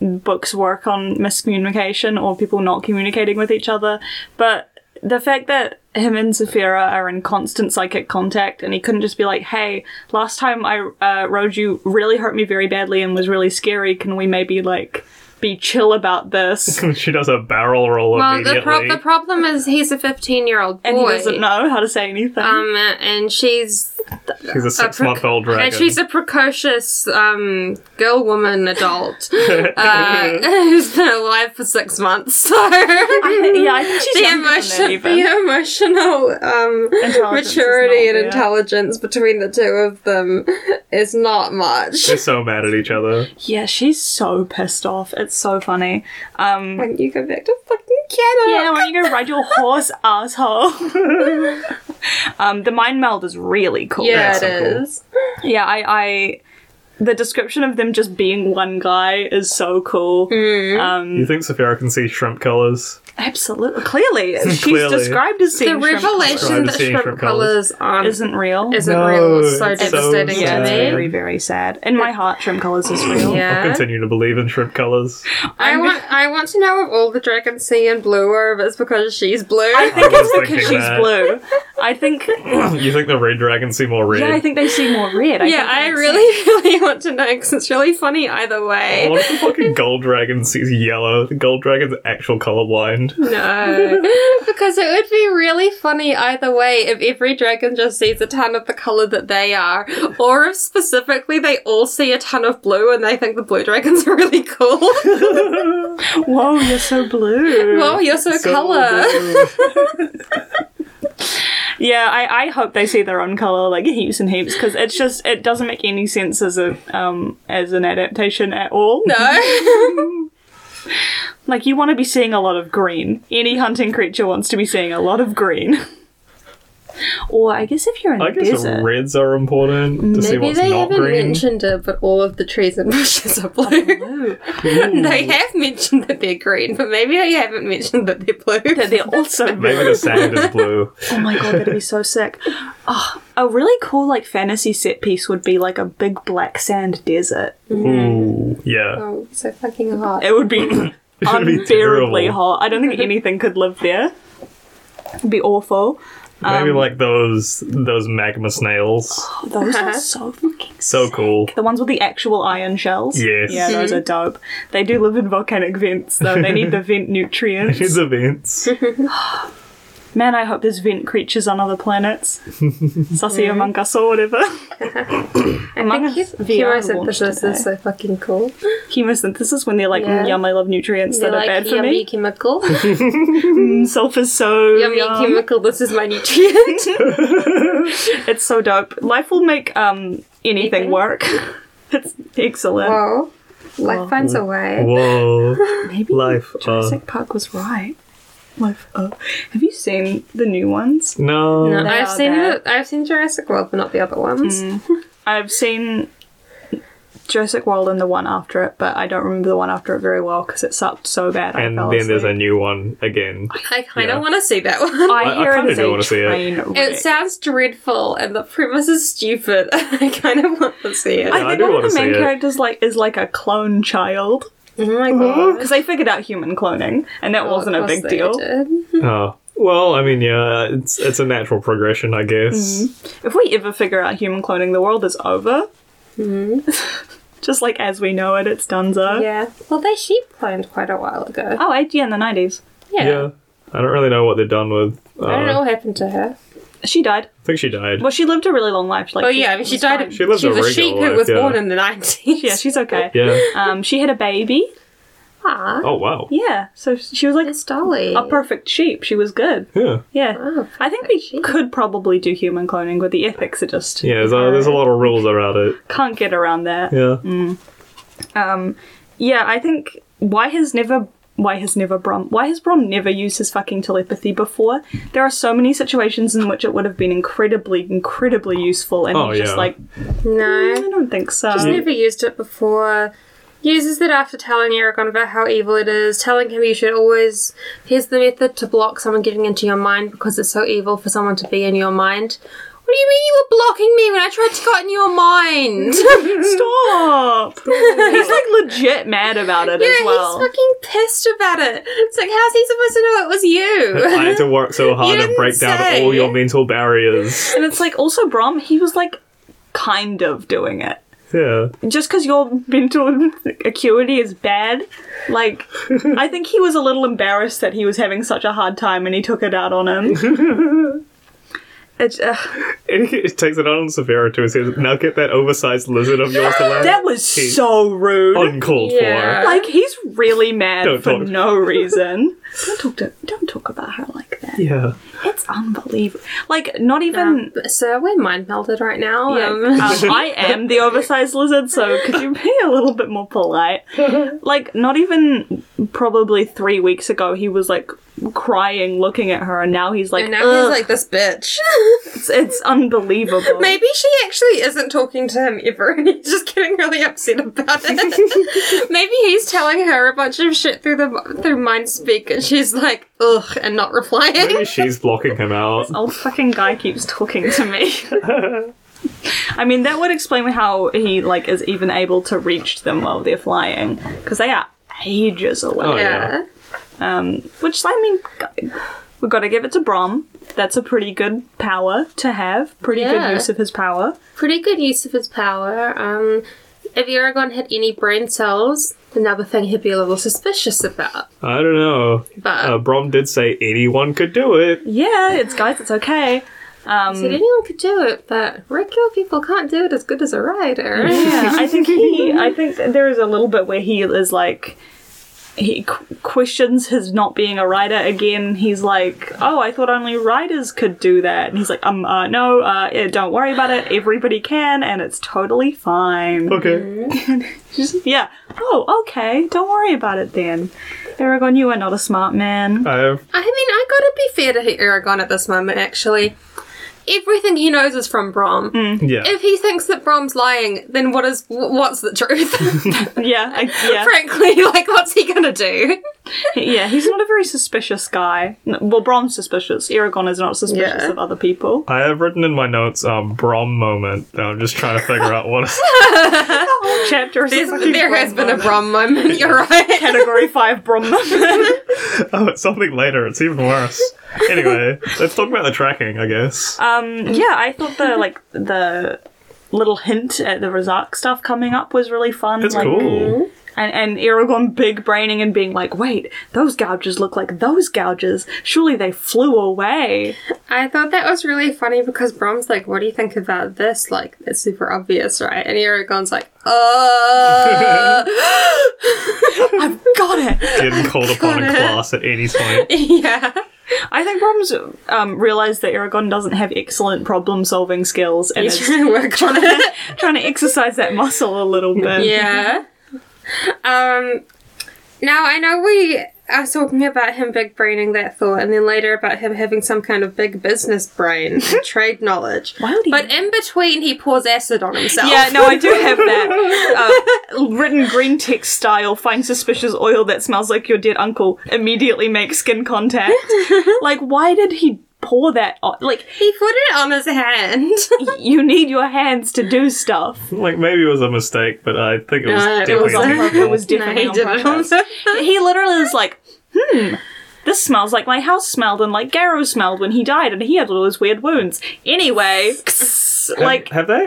books work on miscommunication or people not communicating with each other, but the fact that him and Zafira are in constant psychic contact, and he couldn't just be like, "Hey, last time I uh, rode you really hurt me very badly and was really scary. Can we maybe like be chill about this?"
[LAUGHS] she does a barrel roll
Well, the,
immediately.
pro- the problem is he's a 15 year old boy.
and he doesn't know how to say anything.
Um, and she's
She's a six-month-old dragon.
and she's a precocious um, girl woman
[LAUGHS]
adult uh, [LAUGHS] who's been alive for six months. So
I think- [LAUGHS] yeah,
[LAUGHS]
I think she's
the
younger than that
emotion,
even.
the emotional um,
Intelligence is
maturity
not
and
there.
intelligence between the two of them is not much.
They're so mad at each other.
Yeah, she's so pissed off. It's so funny. Um,
When you go back to fucking Canada,
yeah, why don't you go ride
[LAUGHS]
your horse, asshole? [LAUGHS] um, the mind meld is really cool.
yeah,
That's so
it
cool.
is.
yeah. I, I, the description of them just being one guy is so cool. Um,
Mm.
You think Sophia can see shrimp colors?
Absolutely. Clearly, she's
Clearly.
described as
The
seeing shrimp
revelation
colours.
that
Seeing
shrimp,
shrimp
colours aren't
colours isn't real.
isn't
No,
real was so
it's so
devastating
yeah,
sad.
it's
to me.
very, very sad. In my heart, shrimp colours is real.
Yeah.
I'll continue to believe in shrimp colours.
I want I want to know if all the dragons see in blue or if it's because she's blue.
I think
was
it's because
thinking
she's
that.
blue. I think.
[CLEARS THROAT] you think the red dragons seem more red?
Yeah, I think they see more red. I
yeah,
think
I
they see-
really, [LAUGHS] really want to know because it's really funny either way.
What if the fucking gold dragon sees yellow? The gold dragon's actual colorblind.
No, [LAUGHS] because it would be really funny either way if every dragon just sees a ton of the color that they are, or if specifically they all see a ton of blue and they think the blue dragons are really cool. [LAUGHS]
Whoa, you're so blue.
Whoa, you're so, color.
Yeah, I, I hope they see their own color like heaps and heaps because it's just it doesn't make any sense as a um as an adaptation at all.
No,
Like you want to be seeing a lot of green. Any hunting creature wants to be seeing a lot of green. [LAUGHS] or I guess if you're in
I
the
guess
desert,
reds are important to see
maybe
what's
they
not
haven't
green.
mentioned it, but all of the trees and bushes are blue.
blue.
[LAUGHS] they have mentioned that they're green, but maybe they haven't mentioned that they're blue. [LAUGHS]
That they're also
Maybe the sand is blue.
Oh my god, that'd be so sick. Oh, a really cool like fantasy set piece would be like a big black sand desert.
Ooh, yeah.
Oh, so fucking hot.
It would be
[COUGHS] It would be
unbearably
terrible.
hot. I don't think anything could live there. It'd be awful.
Um,
Maybe like those those magma snails.
Oh, Those
Uh-huh.
are so fucking
So cool.
the ones with the actual iron shells.
Yes.
Yeah, those are dope. They do live in volcanic vents though. They
[LAUGHS]
need the vent nutrients.
These events.
Man, I hope there's vent creatures on other
[LAUGHS]
planets. Sussy among us or whatever. [LAUGHS] among
I
us.
think
VR launched
chemosynthesis
today.
is so fucking cool.
chemosynthesis when they're like,
Yeah.
"Mm, yum, I love nutrients
They're
that are
like
bad for
yummy
me.
chemical.
Mm, Sulfur's so
yummy
yum.
chemical, this is my [LAUGHS] nutrient.
It's so dope. Life will make um anything work. [LAUGHS] it's excellent.
Wow. Life finds a way.
Whoa.
[LAUGHS] Maybe
Life. Uh,
Jurassic Park was right. Life. Uh, have you seen the new ones?
no.
No, Hmm. I've
are
seen
bad.
the, I've seen Jurassic World, but not the other ones.
I've seen Jurassic World and the one after it, but I don't remember the one after it very well because it sucked so bad.
And
I fell
then there's a
asleep.
new one
[LAUGHS]
again.
I kind of
Yeah.
want to see that one.
I
I- I
hear
kinda
it is
do
a
wanna see it.
train
it
wreck.
sounds dreadful, and the premise is stupid. [LAUGHS] I kind of want to see it.
I
I
think
do
one
wanna
of the main
see it.
characters like is like a clone child.
oh my
[LAUGHS]
god.
because they figured out human cloning, and that wasn't a
Of course
big
they
deal.
did.
Oh. Well, I mean, yeah, it's it's a natural progression, I guess.
If we ever figure out human cloning, the world is over. [LAUGHS] Just like as we know it, it's donezo.
Hmm. Yeah. Well, they sheep cloned quite a while ago.
Oh, yeah, in the nineties,
Yeah.
Yeah. I don't really know what they're done with. Uh,
I
I,
don't know what happened to her.
she died.
think she died.
Well, she lived a really long life. Like,
Oh yeah, I mean, she
was
died.
fine.
Of,
She lives
she
a
was a
regular
sheep who
life,
was
yeah.
born in the nineties.
Yeah, she's okay.
Yeah.
Um, she had a baby.
ah,
Oh wow.
Yeah, so she was like
it's Dolly.
a perfect sheep. She was good.
Yeah.
Yeah.
Oh,
I think we
sheep.
could probably do human cloning, but the ethics are just
Yeah. There's a, there's a lot of rules about it.
can't get around that.
Yeah.
[LAUGHS]
Um, yeah, I think why has never why has never Brom why has Brom never used his fucking telepathy before? There are so many situations in which it would have been incredibly, incredibly useful, and
Oh,
he's just
yeah.
like, "Mm,
no.
I don't think so.
She's never used it before. Uses it after telling Aragon about how evil it is, telling him you should always. Here's the method to block someone getting into your mind because it's so evil for someone to be in your mind. What do you mean you were blocking me when I tried to get in your
[LAUGHS]
mind? [LAUGHS]
[LAUGHS] Stop! [LAUGHS] he's like legit mad about it as
yeah,
well.
he's fucking pissed about it. It's like, how's he supposed to know it was [LAUGHS]
I
you?
had to work so hard and
didn't
break down
say.
all your mental barriers.
and it's like also Brom, he was like kind of doing it.
Yeah.
just because your mental [LAUGHS] acuity is bad,
[LAUGHS]
like, I think he was a little embarrassed that he was having such a hard time and he took it out on him.
[LAUGHS]
It's, uh,
And he [LAUGHS] takes it out on Severo too and says, Now get that oversized lizard of yours
[LAUGHS]
to land.
that was
He-
so rude.
uncalled
Yeah.
like, he's really mad
Oh, Don't
for
talk. [LAUGHS]
no reason. Don't talk, to, don't talk about her like that.
for. Yeah.
It's unbelievable. Like, not even.
So Um, we're mind melded right now. [LAUGHS]
Yeah,
Um,
um, I am the oversized lizard, so could you be a little bit
[LAUGHS]
more polite? Like, not even probably three weeks ago, he was like crying, looking at her, and now he's like,
and now
"Ugh."
he's like this
[LAUGHS]
bitch.
it's, it's
[LAUGHS]
unbelievable.
Maybe she actually isn't talking to him ever and he's just getting really upset about it. Maybe he's telling her a bunch of shit through the through mind speak and she's like, ugh, and not replying. [LAUGHS]
Maybe she's blocking him out.
old fucking guy keeps talking to me. [LAUGHS] I mean, that would explain how he like is even able to reach them while they're flying because they are ages away.
Oh,
Yeah.
Um, which I mean, g- we've got to give it to Brom. That's a pretty good power to have. Pretty
Yeah.
good use of his power.
Pretty good use of his power. Um if Aragon had any brain cells, another thing he'd be a little suspicious about.
I don't know.
But Mhm.
Uh, Brom did say anyone could do it.
Yeah, it's guys, it's okay. Um,
said anyone could do it, but regular people can't do it as good as a rider.
yeah, I think he. I think that there is a little bit where he is like. He qu- questions his not being a rider again. He's like, "Oh, I thought only riders could do that." And he's like, "Um, uh, no, uh, yeah, don't worry about it. Everybody can, and it's totally fine."
Okay.
Just- yeah. Oh, okay. Don't worry about it then. Aragon, you are not a smart man.
I've
I mean, I gotta be fair to Aragon at this moment, actually. Everything he knows is from Brom.
yeah.
If he thinks that Brom's lying, then what is wh- what's the truth?
yeah, I, [LAUGHS]
[LAUGHS]
yeah,
Frankly, like what's he gonna do?
yeah. He's not a very suspicious guy. No, well, Brom's suspicious. Aragon is not suspicious
Yeah.
of other
[LAUGHS]
people.
I have written in my notes um Brom moment. and I'm just trying to figure out what
Chapter is
There's,
a fucking
there has
Brom
been a Brom moment. You're right.
category five [LAUGHS] Brom.
[LAUGHS] oh it's something later, it's even worse. Anyway, let's talk about the tracking, I guess.
Uh,
um, yeah, I thought the like the little hint at the Razak stuff coming up was really fun.
it's
like,
hmm?
cool.
And and Aragorn big braining and being like, wait, those gouges look like those gouges. Surely they
[LAUGHS]
flew away.
[LAUGHS] I thought that was really funny because Brom's like, "What do you think about this?" Like, it's super obvious, right? And Aragon's like, "Uh." [LAUGHS]
I've got it.
Getting called upon
[LAUGHS]
in
Got it.
class at any point.
yeah.
I think Brom's um, realized that Aragorn doesn't have excellent problem solving skills and
He's
is
trying to work on it.
trying to exercise that muscle a little bit. [LAUGHS]
yeah. Um, now I know we are talking about him big braining that thought, and then later about him having some kind of big business brain
[LAUGHS]
and trade knowledge.
Why would he-
But in between, he pours acid on himself.
Yeah, no, I do have that. Uh, written green text style, find suspicious oil that smells like your dead uncle, immediately make skin [LAUGHS] contact. like, why did he pour that on? Like,
he put it on his hand.
you need your hands to do stuff.
Like maybe it was a mistake, but I think it was
No, it
definitely
wasn't.
intentional.
It was definitely
he
on
did it on
purpose. He literally is like, hmm, this smells like my house smelled and like Garrow smelled when he died and he had all those weird wounds. Anyway, like,
have, have they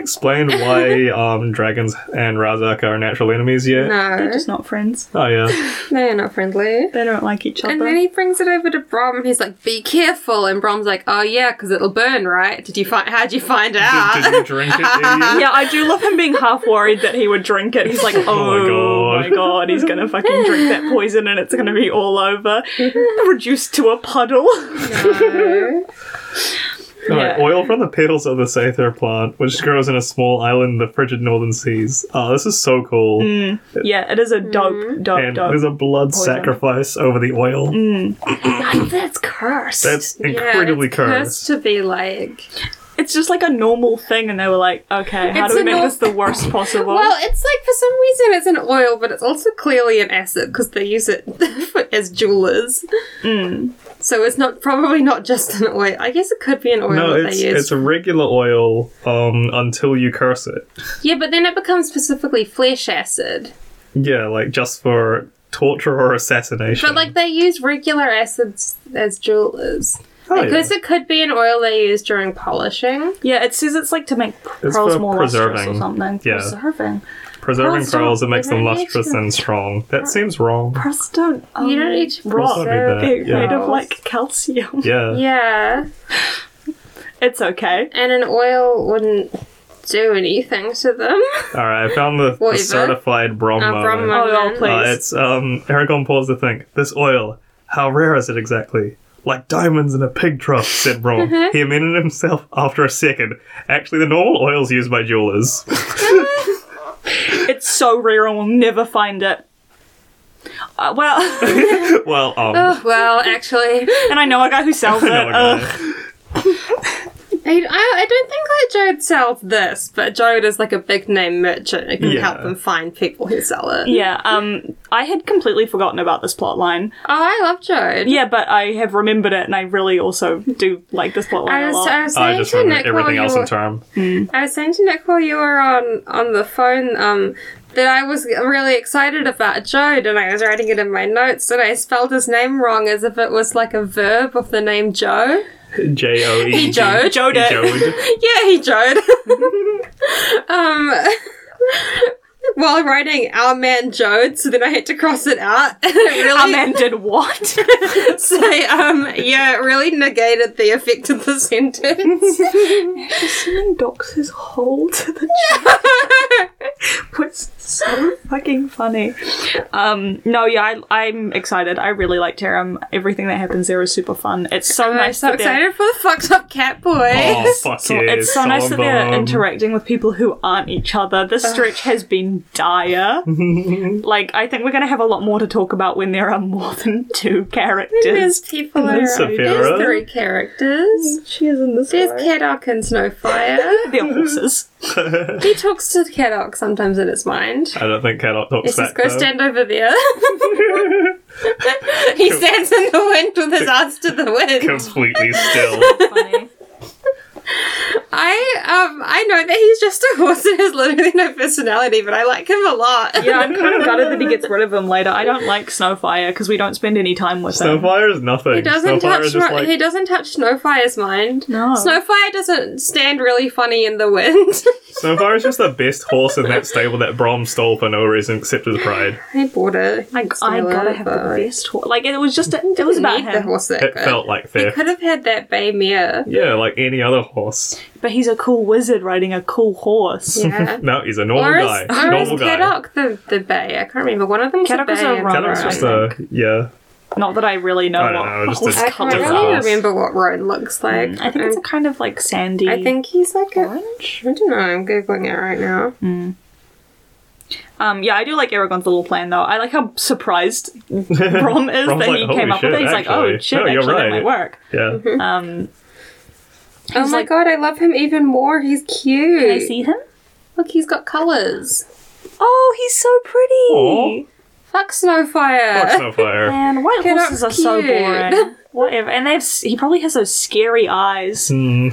[LAUGHS]
explained why um dragons and Razak are natural enemies yet?
no, [LAUGHS]
they're just not friends.
Oh yeah.
they're not friendly.
They don't like each other.
And then he brings it over to Brom, and he's like, "Be careful." And Brom's like, "Oh yeah, because it'll burn, right? Did you find? How'd you find
Did, did [LAUGHS]
out?"
you drink
[LAUGHS]
it? idiot?
yeah, I do love him being half worried that he would drink it. He's like, oh, my,
[LAUGHS] Oh
god.
my God."
he's gonna fucking drink that poison and it's gonna be
[LAUGHS]
all over. Reduced to a puddle.
No.
Alright,
Yeah.
oil from the petals of the Sather plant, which grows in a small island in the frigid northern seas. Oh, this is so cool.
Mm,
yeah, it is a dope, dope,
And
dope.
there's a blood
Poison.
sacrifice over the oil.
That's cursed.
That's
Mm. Yeah,
incredibly
it's
cursed.
to be like
it's just like a normal thing, and they were like, okay, how
It's
do we
a
make
nor-
this the worst
[LAUGHS]
possible?
Well, it's like for some reason it's an oil, but it's also clearly an acid because they use it [LAUGHS] for- as jewelers.
Hmm.
So it's not probably not just an oil. I guess it could be an oil
No,
that
it's
they use.
it's a regular oil um, until you curse it.
yeah, but then it becomes specifically flesh acid.
Yeah, like just for torture or assassination.
But like they use regular acids as jewelers.
Oh,
I guess it could be an oil they use during polishing.
yeah, it says it's like to make
It's
pearls
for
more lustrous or
preserving.
something.
Yeah.
Preserving.
preserving
pearls don't-
pearls, it makes them
they don't
lustrous
need to-
and strong. That seems wrong.
Pearls don't. Um,
You don't need to
Pearls don't need
preserve
that,
They're
yeah.
made of
pearls.
like calcium. [LAUGHS]
Yeah.
Yeah,
It's okay.
and an oil wouldn't do anything to them.
All right, I found the, the
Whatever.
certified Brom
Uh,
moment.
Brom
Oh,
moment.
well, please.
Uh, it's um, Aragon paused to think. This oil, how rare is it exactly? Like diamonds in a pig trough, said
[LAUGHS]
Braun.
Uh-huh.
He amended himself after a second. Actually, the normal oils used by
[LAUGHS]
jewelers.
It's so rare and we'll never find it. Uh, well, [LAUGHS]
well, um,
Oh, well, actually,
and [LAUGHS] I know a guy who sells it. Uh,
no, okay.
Ugh.
I, I, I don't think that Jode sells this, but Jode is like a big name merchant who can
Yeah.
help them find people who sell it.
Yeah, um, I had completely forgotten about this plot line.
Oh, I love Jode.
Yeah, but I have remembered it, and I really also do like this plot line
I
a
was,
lot.
I was saying
I just
to
remember
Nick while
everything
you
else
were,
in term.
I was saying to Nick while you were on on the phone um, that I was really excited about Jode and I was writing it in my notes and I spelled his name wrong as if it was like a verb of the name
[LAUGHS]
Joe.
J O E.
He Jode.
Jode it.
Jode.
[LAUGHS]
Yeah, he Jode. [LAUGHS] um, [LAUGHS] while writing our man Jode, so then I had to cross it out. [LAUGHS] and it really,
Our man did [LAUGHS] what?
[LAUGHS] So um, yeah, it really negated the effect of the sentence. Um,
Someone docks his hole to [LAUGHS] the was so fucking funny. Um, no, yeah, I, I'm excited. I really like Terum. Everything that happens there is super fun. It's so
I'm
nice.
so
that they're-
excited for the fucked up cat boy. [LAUGHS]
Oh fuck
So-
yeah!
it's so nice that they're interacting with people who aren't each other. This stretch has been dire.
Mm-hmm.
like, I think we're going to have a lot more to talk about when there are more than two
There's
characters.
people
There's
around.
Saphira.
There's three characters.
She is in this.
There's Caddock and Snowfire.
They're horses.
he talks to Caddock sometimes in his mind.
[LAUGHS] I don't think Caddock talks
He says,
back.
go
though.
stand over
[LAUGHS]
there. he stands in the wind with his ass to the wind.
Completely still.
[LAUGHS] Funny.
I um I know that he's just a horse and has literally no personality, but I like him a lot.
Yeah, I'm kind of gutted that he gets rid of him later. I don't like Snowfire because we don't spend any time with him.
Snowfire is nothing.
He doesn't
Snowfire
touch
is just
Sno-
like
he doesn't touch Snowfire's mind.
No.
Snowfire doesn't stand really funny in the wind. [LAUGHS]
Snowfire is just the best horse in that stable that Brom stole for no reason except his pride.
I bought it.
I, I gotta have the best horse. Like it was just it was about
the
him,
horse that
It
good.
felt like
He
theft.
could have had that bay
[LAUGHS]
mare.
Yeah, like any other horse.
but he's a cool wizard riding a cool horse.
Yeah.
No, he's a normal
or is, or
guy.
is
normal guy.
Caddock the, the bay? I can't remember. One of them's
Caddock
a
was
bay.
a
and the
runner,
Caddock's
other
just
one-
a yeah.
Not that I really know
I don't
what
know, just
horse
a-
I
colours
can't
different
really
horse.
remember what Roan
Hmm.
looks like. Um,
I think it's a kind of like sandy.
I think he's like a.
orange. Hmm.
I don't know. I'm googling it right now.
Um, yeah, I do like Aragon's little plan though. I like how
[LAUGHS]
surprised Brom is
Brom's
that
like,
he
"Holy
came up with
shit,
it. He's like,
actually.
oh shit,
No,
actually,
you're
that might
right."
work.
[LAUGHS]
[LAUGHS]
Yeah.
Um,
oh my
like-
god, I love him even more. He's cute.
can I see him?
Look, he's got colours.
Oh, he's so pretty.
Aw.
Fuck Snowfire.
Fuck Snowfire.
Man, white
Get up
horses are so
cute.
[LAUGHS] boring. Whatever, and they have. s- He probably has those scary eyes,
Hmm.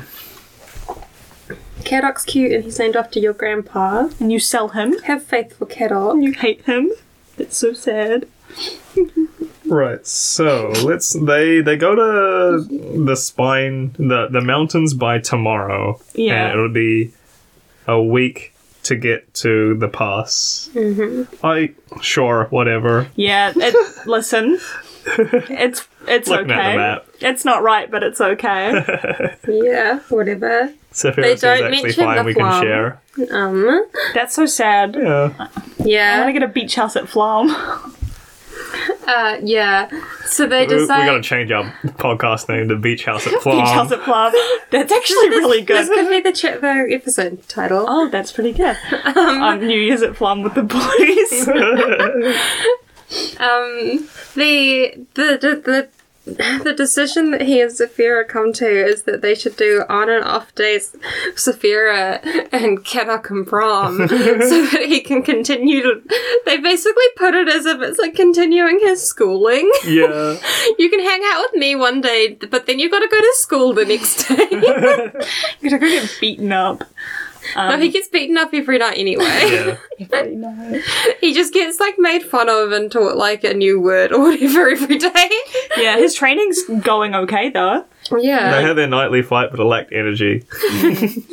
Caddock's cute and he's named after your grandpa.
and you sell him.
Have faith for Caddock.
You hate him. It's so sad.
Right, so let's they they go to the spine the the mountains by tomorrow.
Yeah.
And it'll be a week to get to the pass. Mm-hmm. I sure, whatever.
Yeah,
[LAUGHS]
it, listen, it's it's
Looking
okay.
at the map.
It's not right, but it's
[LAUGHS]
okay.
Yeah, whatever.
Sephiroth is
don't
actually
mention the
fine, we can
flum.
share.
Um,
That's so sad.
Yeah.
I want to
yeah,
get a beach house at Flom.
uh, yeah. So they
We, we gotta
decide.
change our podcast name to Beach
[LAUGHS]
House at Flom.
beach house at Flom. That's actually really
This
good.
could be the, ch- the episode title.
Oh, that's pretty good. Um, New Year's at Flom with the boys.
um, the the the. the the decision that he and Saphira come to is that they should do on and off days with Saphira and Kedok and Brom so
[LAUGHS]
that he can continue to. They basically put it as if it's like continuing his schooling.
yeah.
You can hang out with me one day, but then you've got to go to school the next day.
[LAUGHS] [LAUGHS] You're gonna get beaten up. Um,
[LAUGHS] no, he gets beaten up every night anyway.
[LAUGHS] Yeah.
[LAUGHS] He just gets like made fun of and taught like a new word or whatever every
[LAUGHS]
day.
Yeah, his training's going okay though.
They
[LAUGHS] Yeah,
had their nightly fight but it lacked energy.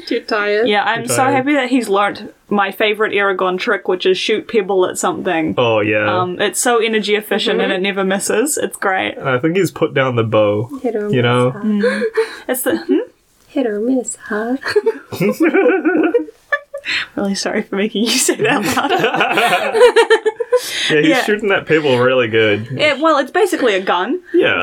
too tired.
Yeah, I'm so
Okay.
happy that he's learnt my favorite Aragon trick, which is shoot pebble at something.
Oh yeah.
Um, it's so energy efficient and it never misses. It's great.
and I think he's put down the bow. [LAUGHS]
Hit or
You know?
It's the hmm?
[LAUGHS] hit or miss, huh?
[LAUGHS]
[LAUGHS] really sorry for making you say that loud.
Yeah, he's
Yeah.
shooting at people really good.
It, well, it's basically a gun.
Yeah.
Um,
[LAUGHS]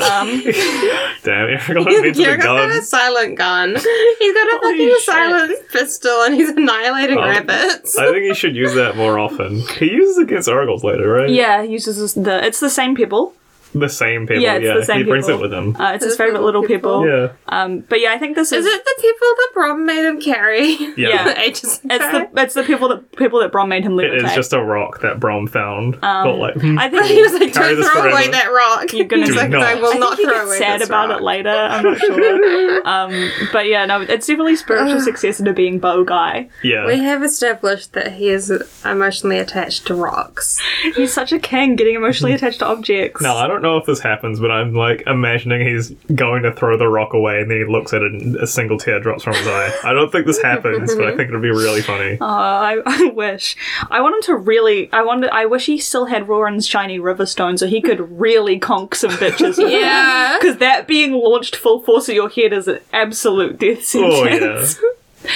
[LAUGHS]
Damn, everyone
[LAUGHS]
needs a
Kira's got a
gun.
silent gun. [LAUGHS] He's got a fucking
shit.
silent pistol and he's annihilating
Um,
rabbits.
I think he should use that more often. He uses it against Oracles later, right?
Yeah, he uses this- the. It's the same pebble.
The same people.
Yeah, it's the same
he brings it
people.
with him.
Uh, it's his
The little
favorite little
pebble.
pebble.
yeah.
Um, but yeah, I think this
Is
is.
it the people that Brom made him carry? [LAUGHS]
Yeah.
[LAUGHS]
Ages ago.
It's the it's the people that people that Brom made him
It
levitate.
is just a rock that Brom found. but like,
Um,
hmm,
I
[LAUGHS] he was
think
like,
Carry
don't
this
throw away
forever.
that rock.
You're gonna
He's
Do
like,
not.
[LAUGHS] I
I
will not
he
throw
gets
away
sad
this
about
rock.
it later. I'm
[LAUGHS]
not sure. um, but yeah, no, it's definitely
[SIGHS]
spiritual successor to being Bow Guy.
yeah.
We have established that he is emotionally attached to rocks.
He's such a king, getting emotionally
Mm-hmm.
attached to objects.
Now, I don't know if this happens, but I'm like imagining he's going to throw the rock away and then he looks at it and a single tear drops from his eye. I don't think this happens, but I think it'd be really funny.
[LAUGHS] Oh, I, I wish. I want him to really. I wanted. I wish he still had Roran's shiny river stone, so he could really conk some bitches.
[LAUGHS] Yeah.
because that being launched full force at your head is an absolute death sentence.
oh,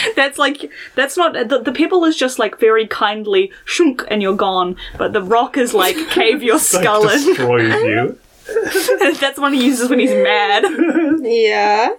yeah.
That's like that's not the, the pebble is just like very kindly shunk and you're gone, but the rock is
[LAUGHS]
like cave your skull
Like,
in. [LAUGHS]
destroys you.
that's one he uses when he's
[LAUGHS]
mad.
Yeah.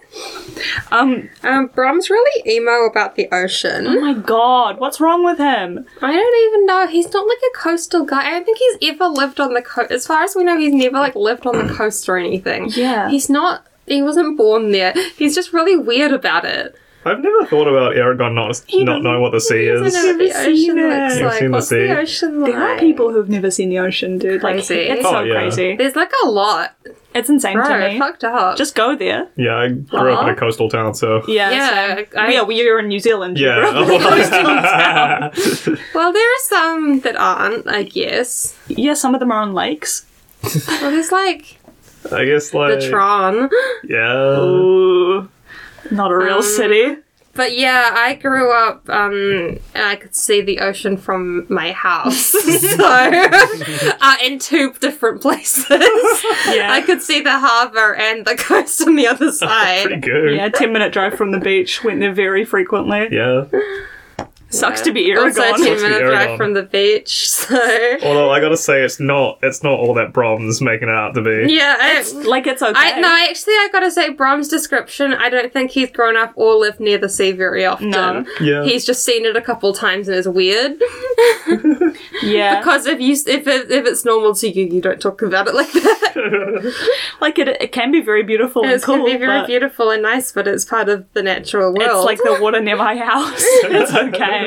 Um,
Um, Brom's really emo about the ocean.
oh my god, what's wrong with him?
I don't even know. He's not like a coastal guy. I don't think he's ever lived on the coast. As far as we know, he's never like lived on [CLEARS THROAT] the coast or anything.
Yeah.
He's not. He wasn't born there. He's just really weird about it.
I've never thought about Aragon not, not
doesn't-
knowing what the sea is.
Isn't it what the
Never seen
ocean
it.
looks
You've
like?
seen the
What's
sea?
the ocean like?
There are people who've never seen the ocean, dude. Like
Crazy.
it's so
Oh, yeah.
crazy.
There's like a lot.
It's insane to
Bro,
me.
fucked up.
Just go there.
Yeah, I grew up in a coastal town, so.
Yeah.
yeah.
so-
I,
yeah, we are in New Zealand. you
Yeah.
grew up in a
[LAUGHS]
coastal town.
Well, there are some that aren't, I guess.
[LAUGHS] Yeah, some of them are on lakes.
Well, there's like
I guess,
the
like.
Tron.
Yeah.
Ooh. Not a real
Um.
city.
But yeah, I grew up um, and I could see the ocean from my house. [LAUGHS]
[LAUGHS]
so, uh, in two different places.
Yeah.
I could see the harbour and the coast on the other
Pretty
side.
good.
Yeah, ten minute drive from the beach. Went there very frequently.
yeah.
Sucks to be
also, a
Aragon.
10
Must
minute
be
drive
Aragon. Oh.
from the beach. So,
Although I gotta say, it's not it's not all that Brom's making it out to be.
yeah. I-
like it's okay.
I, no, actually, I gotta say, Brom's description, I don't think he's grown up or lived near the sea very often.
No.
Yeah.
He's just seen it a couple times and is weird.
yeah,
Because if you if it, if it's normal to you, you don't talk about it like
[LAUGHS]
that.
like it, it can be very beautiful and
it's
cool.
gonna be very
but
beautiful and nice, but it's part of the natural world.
It's like the water near my
[LAUGHS]
house. it's okay.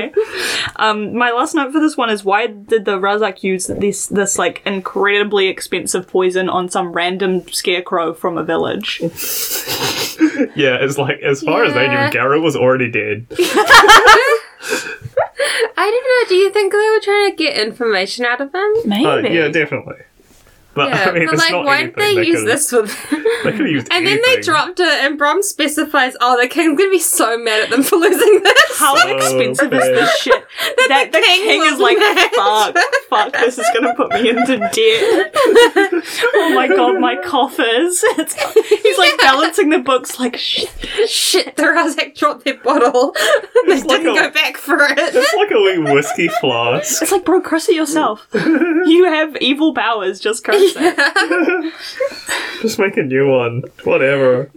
Um, my last note for this one is why did the Razak use this this like incredibly expensive poison on some random scarecrow from a village?
Yeah, it's like as far as they
Yeah.
knew, Garrett was already dead.
I don't know. Do you think they were trying to get information out of him?
Maybe.
Uh, yeah, definitely. But
Yeah,
[LAUGHS] I mean,
but
it's
like,
not
why did
anything.
they, use
could've-
this for?
They could have used
[LAUGHS] and then
anything.
they dropped it, and Brom specifies, "Oh, the king's gonna be so mad at them for losing this." [LAUGHS]
How
So
expensive is
bad.
this shit? that the,
king
king,
was
is like,
mad.
fuck, fuck, this is gonna put me into
[LAUGHS]
debt. oh my god, my coffers. [LAUGHS] It's, he's like balancing the books, like shit.
Shit, the Razak dropped their bottle. [LAUGHS] they
like
didn't
a-
go back for
[LAUGHS]
it.
[LAUGHS] It's like a wee whiskey flask. [LAUGHS]
It's like, bro, curse it
[LAUGHS]
yourself. you have evil powers, just curse it.
Just make a new one. Whatever.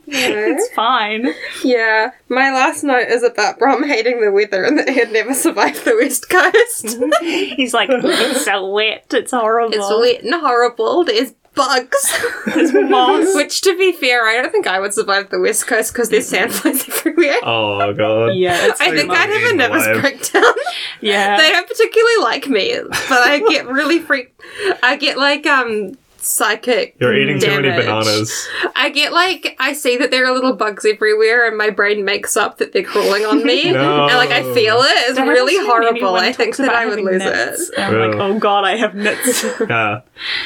[LAUGHS]
It's fine.
Yeah, my last note is about Brom hating the weather and that he had never survived the West Coast.
He's like, it's so wet, it's horrible.
it's wet and horrible. There's bugs.
[LAUGHS] There's moss.
Which, to be fair, I don't think I would survive the West Coast because there's sandflies [LAUGHS] everywhere.
Oh god.
Yeah, it's
I think I'd have a
Amazing
nervous
[LAUGHS]
life.
breakdown.
yeah.
they don't particularly like me, but I get really freaked. I get like um psychic.
You're eating too many
damage.
bananas.
I get like I see that there are little bugs everywhere, and my brain makes up that they're crawling on
[LAUGHS]
me,
No.
and like I feel it. It's
I haven't
really
seen
horrible.
anyone
I think
talks
that
about
I would
having
lose
nits.
it.
And I'm like,
Yeah.
oh god, I have nits. [LAUGHS]
Yeah.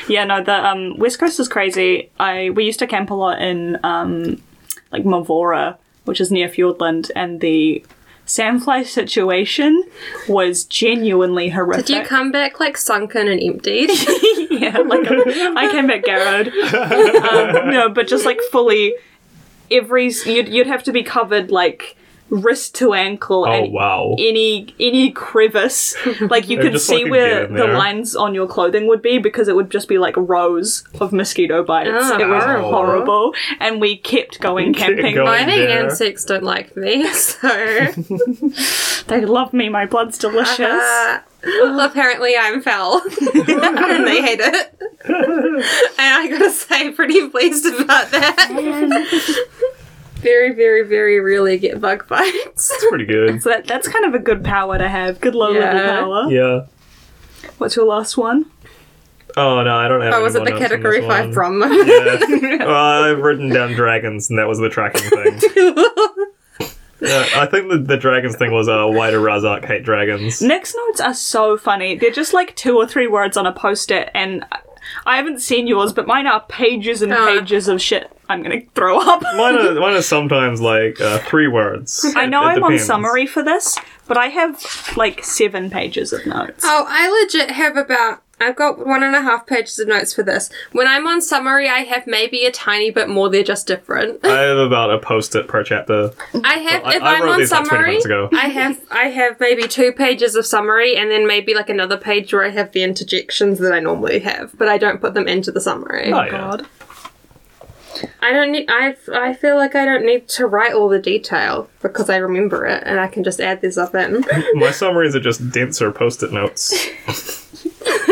Yeah, no, the um, West Coast is crazy. I we used to camp a lot in um, like Mavora, which is near Fiordland, and the sandfly situation was genuinely horrific.
Do you come back like sunken and
[LAUGHS]
emptied?
[LAUGHS] yeah, like a, I came back Garrod. Um, no, but just like fully every you'd you'd have to be covered like wrist to ankle
Oh
and
wow.
any any crevice. Like you
They
could
just
see
fucking get
where
in
the
there.
lines on your clothing would be because it would just be like rows of mosquito bites.
Oh,
it was
horrible.
horrible, and we kept
[LAUGHS]
going
Kept
camping.
going.
I think
there.
insects don't like me, [LAUGHS]
[LAUGHS]
so.
They love me. My blood's delicious.
[LAUGHS] Uh, well, apparently I'm foul. [LAUGHS] and they hate
[LAUGHS]
it. and I gotta say, pretty pleased about that. [LAUGHS] very, very, very rarely get bug bites.
It's pretty good.
So that, that's kind of a good power to have. Good low level
Yeah.
power.
Yeah.
What's your last one?
Oh no, I don't have.
I was at the
anyone else on
category
this
5
one. [LAUGHS]
prom
Yeah. well, I've written down dragons, and that was the
[LAUGHS]
tracking thing. Yeah, I think the, the dragons thing was uh, why do Razak hate dragons?
Next notes are so funny. They're just like two or three words on a post it, and I- I haven't seen yours, but mine are pages and
Oh.
pages of shit. I'm gonna throw
[LAUGHS]
up.
Mine are, mine are sometimes like uh, three words.
I know
It- it
I'm on
depends.
summary for this, but I have like seven pages of notes.
[LAUGHS] Oh, I legit have about. I've got one and a half pages of notes for this. When I'm on summary, I have maybe a tiny bit more. They're just different. [LAUGHS]
I have about a post it per chapter.
I have.
I-
if
I
I'm
wrote
on
these like 20
summary,
minutes ago.
[LAUGHS] I have. I have maybe two pages of summary, and then maybe like another page where I have the interjections that I normally have, but I don't put them into the summary.
Oh, yeah.
God.
I don't need. I. I feel like I don't need to write all the detail because I remember it, and I can just add this up in. [LAUGHS]
My summaries are just denser post
[LAUGHS]
it notes.
[LAUGHS]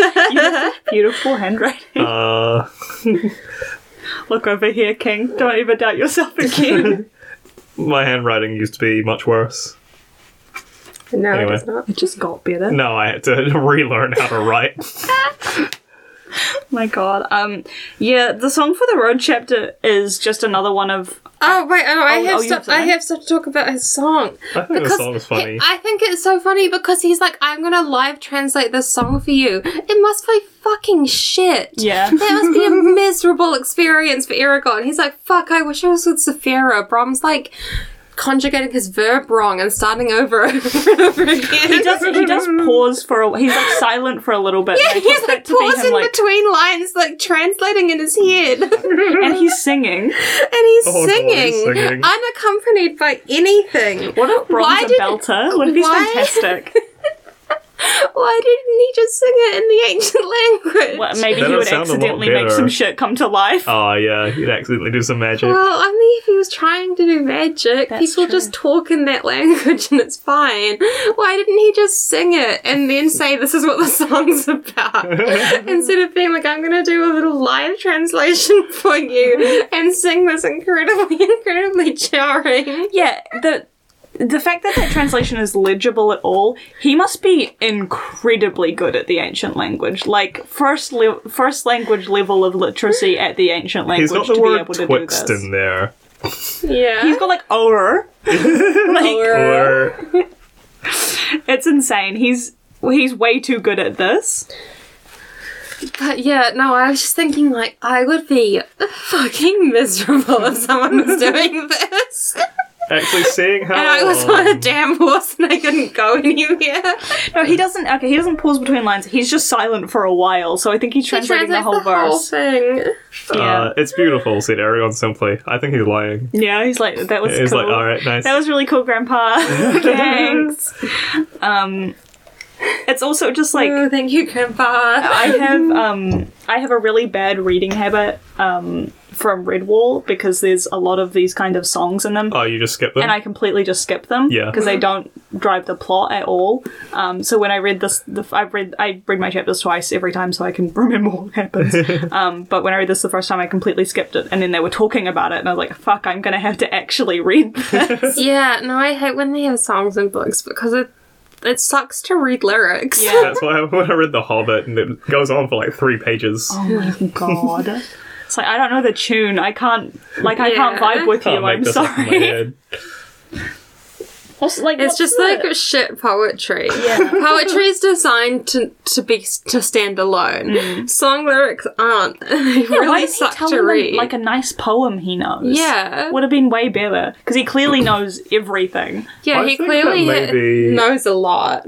Beautiful handwriting. [LAUGHS]
Uh,
Look over here, King. Don't ever doubt yourself
[LAUGHS]
again.
my handwriting used to be much worse.
no,
Anyway.
it's not. [LAUGHS]
it just got better.
No, I had to [LAUGHS] relearn how to write.
[LAUGHS] My God. Um. Yeah, the song for the road chapter is just another one of
Oh wait, oh, I have
Oh, oh, you have
stuff.
to
I
end?
have stuff to talk about his song.
I think the song's funny.
he- I think it's so funny because he's like, I'm gonna live translate this song for you. It must be fucking shit.
yeah.
That must
[LAUGHS]
be a miserable experience for Aragon. He's like, fuck, I wish I was with Sephira. Brom's like conjugating his verb wrong and starting over [LAUGHS] and over again.
He does.
[LAUGHS]
He does pause for a. He's like silent for a little bit. and I took
He's
that
like
to be him,
pausing
like-
between lines, like translating in his head. [LAUGHS]
and he's singing.
and he's,
Oh, God,
singing,
he's singing.
unaccompanied by
[LAUGHS]
anything.
What if Bron's
Why
a
did-
belter? What if he's
why-
[LAUGHS] fantastic?
Why didn't he just sing it in the ancient language?
Well, maybe he
That'll
would
sound a lot
accidentally make
better.
some shit come to life.
Oh yeah, he'd accidentally do some magic.
Well, I mean, if he was trying to do magic,
That's
people
true.
just talk in that [LAUGHS] language and it's fine. Why didn't he just sing it and then say, this is what the [LAUGHS] song's
[LAUGHS]
about? Instead of being like, I'm gonna do a little live translation [LAUGHS] for you and sing this incredibly, [LAUGHS] incredibly jarring.
Yeah, the the fact that that translation is legible at all, he must be incredibly good at the ancient language. Like first le- first language level of literacy at the ancient language
He's got the
to
word
be able to do
twixt
this.
in there.
Yeah.
He's got like or. like,
Or-
Or
it's insane. He's he's way too good at this.
But yeah, no, I was just thinking, like, I would be fucking miserable if someone was doing [LAUGHS] this.
actually
[LAUGHS]
seeing how.
And I was
um,
on
Oh.
a damn horse and I couldn't go anywhere.
No, he doesn't. Okay, he doesn't pause between lines. He's just silent for a while. So I think he's
He
translating the
translates
whole verse.
thing.
yeah.
Uh, it's beautiful, said Aragon simply. I think he's lying.
yeah, he's like that was.
He's
cool.
like, alright, nice.
That was really cool,
[LAUGHS]
Grandpa. Thanks. Um, it's also just like
oh, thank you, Grandpa.
I have um, I have a really bad reading habit um, from Redwall because there's a lot of these kind of songs in them.
oh, you just skipped them?
And I completely just skip them
Yeah.
because they don't drive the plot at all. Um, so when I read this, the, I read I read my chapters twice every time so I can [LAUGHS] remember what
[LAUGHS]
happens. um, but when I read this the first time, I completely skipped it, and then they were talking about it, and I was like, "Fuck, I'm gonna have to actually
[LAUGHS]
read
[LAUGHS]
this."
yeah, no, I hate when they have songs and books because it it sucks to read lyrics.
That's why [LAUGHS] when I read The Hobbit, and it goes on for like three pages.
Oh my god. It's like I don't know the tune. I can't like I
Yeah.
can't vibe with
Can't
you.
make
I'm
this up in my
sorry.
head.
[LAUGHS] Also, like
[LAUGHS] It's just like shit poetry. Yeah. [LAUGHS] poetry is designed to, to be to stand alone. Song lyrics aren't. [LAUGHS] They
Mm. why
really
didn't he
suck
tell
to read.
him like a nice poem he knows?
Yeah.
would have been way better because he
[CLEARS THROAT]
clearly knows everything.
yeah,
I
he
think that
clearly
maybe-
knows a lot.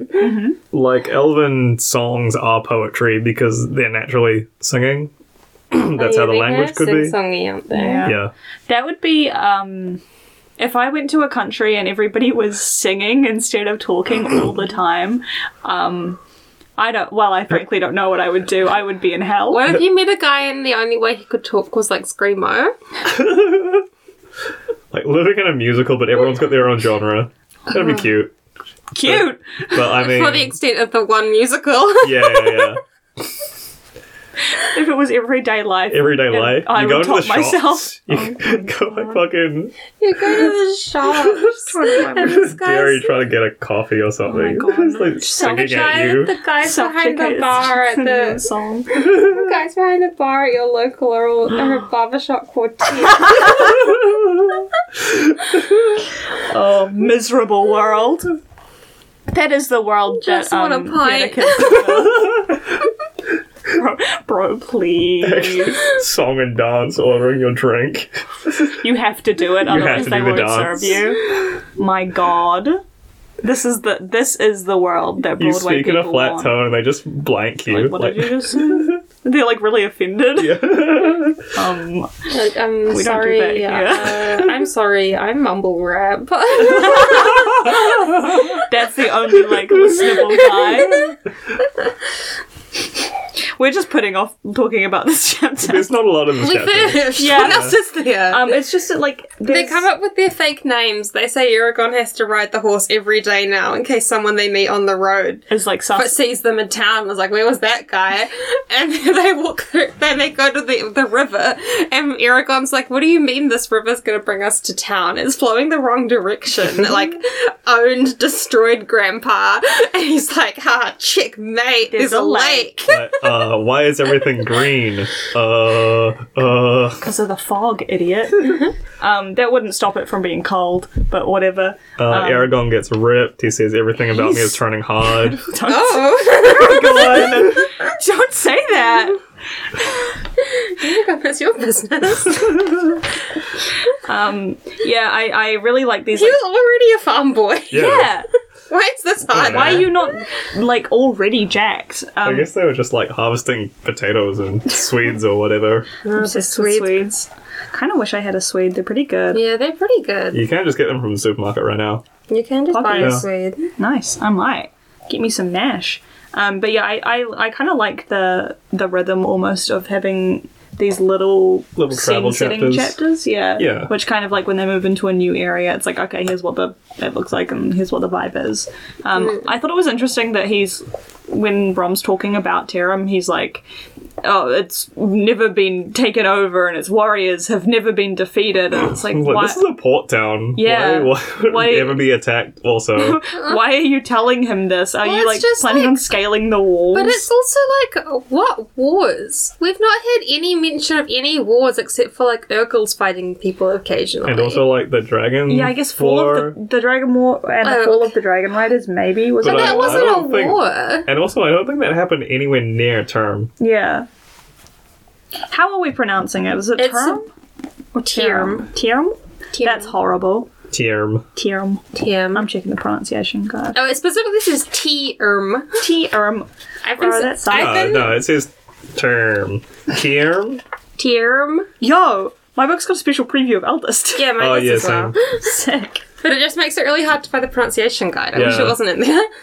Like, elven songs are poetry because they're naturally singing. [CLEARS THROAT] That's how the language could be.
Sing-songy, aren't they?
Yeah.
Yeah.
That would be um If I went to a country and everybody was singing instead of talking all the time, um, I don't. Well, I frankly don't know what I would do. I would be in hell.
What if you met a guy and the only way he could talk was like screamo?
Like living in a musical, but everyone's got their own genre. That'd
Uh-huh.
be cute.
Cute. [LAUGHS]
But I mean,
For the extent of the one musical. [LAUGHS]
yeah, yeah, yeah.
If it was everyday life.
Everyday
and
life.
I
you
would
go
top
into the shops.
myself.
[LAUGHS]
Oh
You go like fucking
you go to the
[LAUGHS]
shops. and
[LAUGHS]
this guy's-
dairy trying to get a coffee or something.
Oh God.
[LAUGHS] He's, like
the
singing
guy-
at you.
the guys behind the bar at the
[LAUGHS] song.
guys behind the bar at your local are [GASPS] all are a barbershop quartet.
Oh, miserable world. That is the world
Just
that um,
want a pint.
[LAUGHS] Dedekind- bro, bro, please.
[LAUGHS] Song and dance, ordering your drink.
You have to do it,
have
otherwise
to
they
do the
won't
dance.
serve you. My God, this is the this is the world that
You
Broadway
speak in
people
a flat
want.
tone and they just blank you.
Like, what did you just say? [LAUGHS] They're like really offended.
[LAUGHS] yeah.
Um,
like, I'm
do
sorry.
that here.
uh, [LAUGHS] I'm sorry. I mumble [LAUGHS] rap.
that's the only like listenable time. We're just putting off talking about this [LAUGHS] chapter.
There's not a lot of this chapter.
yeah. What else is there?
Um, it's just that like
they
there's-
come up with their fake names. They say Aragon has to ride the horse every day now in case someone they meet on the road
is like sus-
but sees them in town and is like, where was that guy? [LAUGHS] And then they walk through, then they go to the, the river, and Aragon's like, what do you mean this river's gonna bring us to town? It's flowing the wrong [LAUGHS] direction. like, owned, destroyed grandpa. [LAUGHS] And he's like, ha, checkmate, there's, a, lake.
Like, uh, why is everything green? Uh, uh.
because of the fog, idiot. um, that wouldn't stop it from being cold, but whatever.
Uh, Aragon gets ripped. He says everything about me
Um, he's-
is turning hard.
Don't,
[LAUGHS] Oh,
don't say that.
Aragon, that's your business. [LAUGHS]
Um, yeah, I, I really like these.
He was already a farm boy.
like, [LAUGHS] [LAUGHS] yeah.
[LAUGHS] Why is this hard?
Why are you not like already jacked?
I
Um,
guess they were just like harvesting potatoes and Swedes or whatever.
Just
the Swedes. Kind of wish I had a Swede. They're pretty good.
Yeah, they're pretty good.
You can't just get them from the supermarket right now.
You can just buy
Yeah.
a Swede.
Nice. I might get me some Nash. Um, but yeah, I, I, I kind of like the the rhythm almost of having these little,
Little travel
setting
chapters.
chapters. Yeah.
Yeah.
Which kind of like when they move into a new area, it's like okay, here's what the it looks like and here's what the vibe is. Um,
Mm.
I thought it was interesting that he's when Rom's talking about Terum, he's like. Oh, it's never been taken over, and its warriors have never been defeated. And it's like,
Like,
why?
this is a port town.
Yeah.
[LAUGHS] Why, why would
Why-
we ever be attacked?
[LAUGHS]
Also,
Why are you telling him this? Are
Well,
you
it's
like
just
planning
like-
on scaling the walls?
But it's also like, what wars? We've not had any mention of any wars except for like Urkels fighting people occasionally.
and also like the dragon.
yeah, I guess Fall
War.
of the, the Dragon War and
Oh.
Fall of the Dragon Riders maybe was
But
but
it?
I-
that wasn't
I
a
don't think-
war.
And also, I don't think that happened anywhere near term.
yeah. How are we pronouncing it? Is it
It's
Term or Tirum? Tirum? That's horrible.
Term.
Tirum.
Tim.
I'm checking the pronusation guide.
Oh, it specifically says T-erm.
Tirum.
I've been,
Oh,
s-
that's
I've
Uh,
been
no, it says term. Term.
T-erm.
Yo, my book's got a special preview of Eldest.
Yeah, mine
Oh
is
yeah,
as well.
same.
[LAUGHS] Sick.
But it just makes it really hard to find the pronunciation guide. I wish
Yeah.
it wasn't in there. [LAUGHS]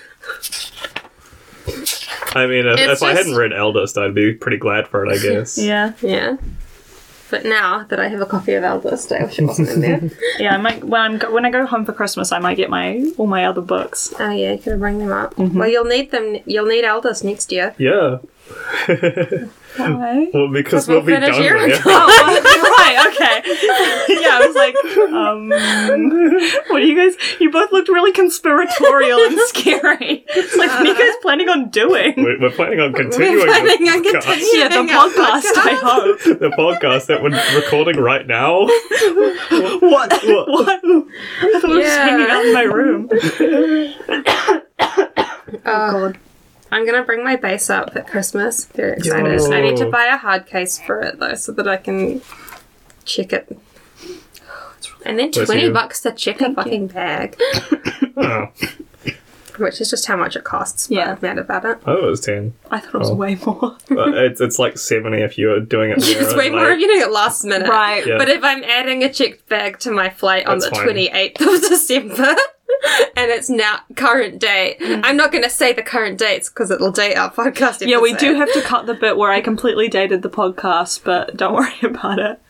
I mean, if, if
It's
I
just-
hadn't read Eldest, I'd be pretty glad for it.
[LAUGHS]
I guess.
Yeah.
yeah. But now that I have a copy of Eldest, I wish it wasn't in
[LAUGHS]
there.
Yeah, I might when I'm go- when I go home for Christmas I might get my all my other books.
oh yeah, you could bring them up. Well, you'll need them. You'll need Eldest next year.
Yeah.
Why?
Well, because
we'll
we'll, be
finish
done
here.
with it.
[LAUGHS]
Oh, right, okay. Yeah, I was like, um, what are you guys? You both looked really conspiratorial and scary. It's like, what are you guys planning on doing?
We're, we're planning on continuing
planning
the,
on
podcast,
continuing.
Yeah, the
Yeah,
podcast,
[LAUGHS]
I hope.
the podcast that we're recording right now.
[LAUGHS] What? What? I thought I was just hanging out in my room.
Uh,
Oh, God.
I'm gonna bring my base up at Christmas. Very excited.
Yo.
I need to buy a hard case for it though, so that I can check it. And then
Bless
twenty
you.
bucks to check a fucking bag.
Oh.
which is just how much it costs. But
Yeah.
I'm mad about it.
Oh, it was 10.
I thought it was
Oh.
way more.
But it's, it's like 70 if you're doing
[LAUGHS]
it. there
It's
and,
way more
like-
if you're doing it last minute.
Right.
Yeah.
But if I'm adding a checked bag to my flight on
That's
the
fine.
28th of [LAUGHS] December and it's now current date, I'm not going to say the current dates because it'll date our podcast episode.
Mm. Yeah, we do have to cut the bit where I completely dated the podcast, but don't [LAUGHS] worry about it.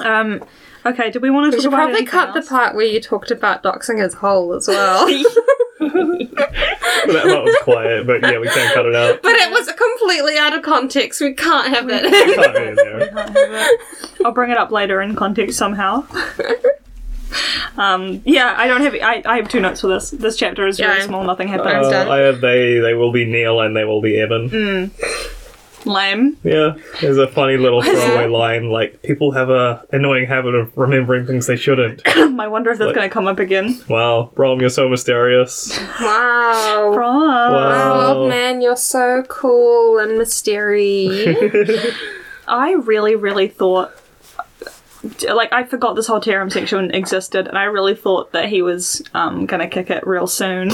Um, okay, do we want to
We
talk
should
about
probably
anything
cut the
else?
part where you talked about doxing his hole as [LAUGHS] well.
That part was quiet, but yeah, we can cut
[LAUGHS]
it out.
but it was completely out of context. We can't have that.
Can't be in there.
I'll bring it up later in context somehow. um, yeah, I don't have. I, I have two notes for this. This chapter is really
Yeah.
small. Nothing happens.
Mine's
Uh,
done. Mm.
I have they, they will be Neil and they will be Evan.
Lame.
Yeah, there's a funny little throwaway line like people have a annoying habit of remembering things they shouldn't.
[LAUGHS] I wonder if that's
What?
going to come up again.
wow, Brom, you're so mysterious.
[LAUGHS] wow.
Bruh.
Wow,
Wow.
old man, you're so cool and
[LAUGHS]
mysterious.
I really, really thought. Like I forgot this whole Terum section existed, and I really thought that he was um, gonna kick it real soon.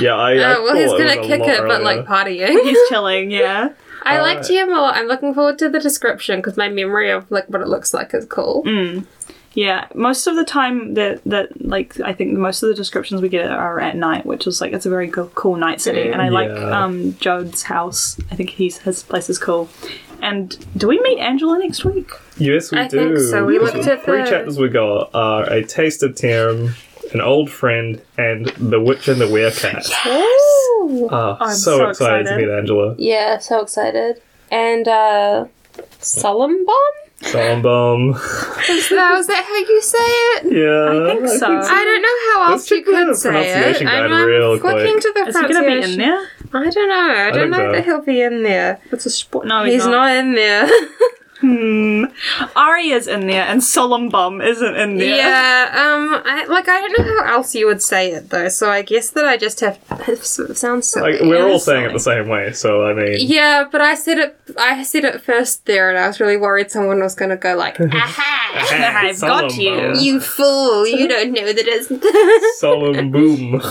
Yeah, I. I
Uh,
Oh, well, he's
thought
gonna
was a
kick
lot
it, but like
earlier.
partying. [LAUGHS]
He's chilling, yeah.
I
Uh,
liked him a lot. I'm looking forward to the description because my memory of like what it looks like is cool.
Yeah, most of the time that that like I think most of the descriptions we get are at night, which is like it's a very go- cool night city, and I like
Yeah.
um Jode's house. I think he's his place is cool. And do we meet Angela next week?
Yes, we
I
do.
think so. We
Because
looked
the
at
three
the-
chapters we got are a taste of Tarim, an old friend, and the witch and the werecat.
Yes.
Ah,
I'm
so,
so
excited to
excited.
meet Angela.
Yeah, so excited. And uh solemn bomb?
Bomb bomb.
Is that, was that how you say it?
[LAUGHS] Yeah,
Uh, I think so.
I don't know how
Let's
else you
check the
could say it.
pronunciation
I'm,
guide
I'm
real
looking
quick.
to the
Is he gonna be in
pronunciation.
there?
I don't know. I don't
think
know
so.
that he'll be in there.
It's a sport. No,
He's not in there. [LAUGHS]
Hmm. Arya's in there, and Solemn Bum isn't in there.
Yeah, um, I, like I don't know how else you would say it though, so I guess that I just have [LAUGHS] it sounds silly.
Like, we're all
is
saying it the same way, so I mean,
Yeah, but I said it. I said it first there, and I was really worried someone was going to go
[LAUGHS]
like, "Aha,
I've
Solemn
got you.
bomb.
you fool! You don't know that it's [LAUGHS]
[LAUGHS]
solemn boom.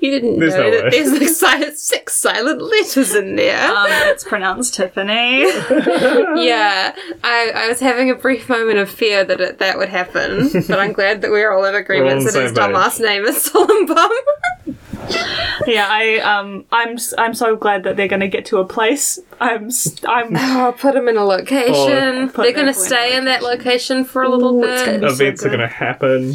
you didn't
There's
know
no
that
way.
there's like silent, six silent letters in there."
Um, it's pronounced Tiffany. [LAUGHS]
yeah, I, I was having a brief moment of fear that it, that would happen, but
[LAUGHS]
I'm glad that we're all in
We're all
agreement
on
that
the
his
same
dumb
page.
ass name is [LAUGHS] Solomon.
yeah, I um, I'm s- I'm so glad that they're gonna get to a place. I'm s- I'm
oh, put him in a location.
Oh,
put
They're going
him
to
in a
stay in that location for a little
Ooh, it's
bit.
gonna be- so
Events are
good.
going to happen.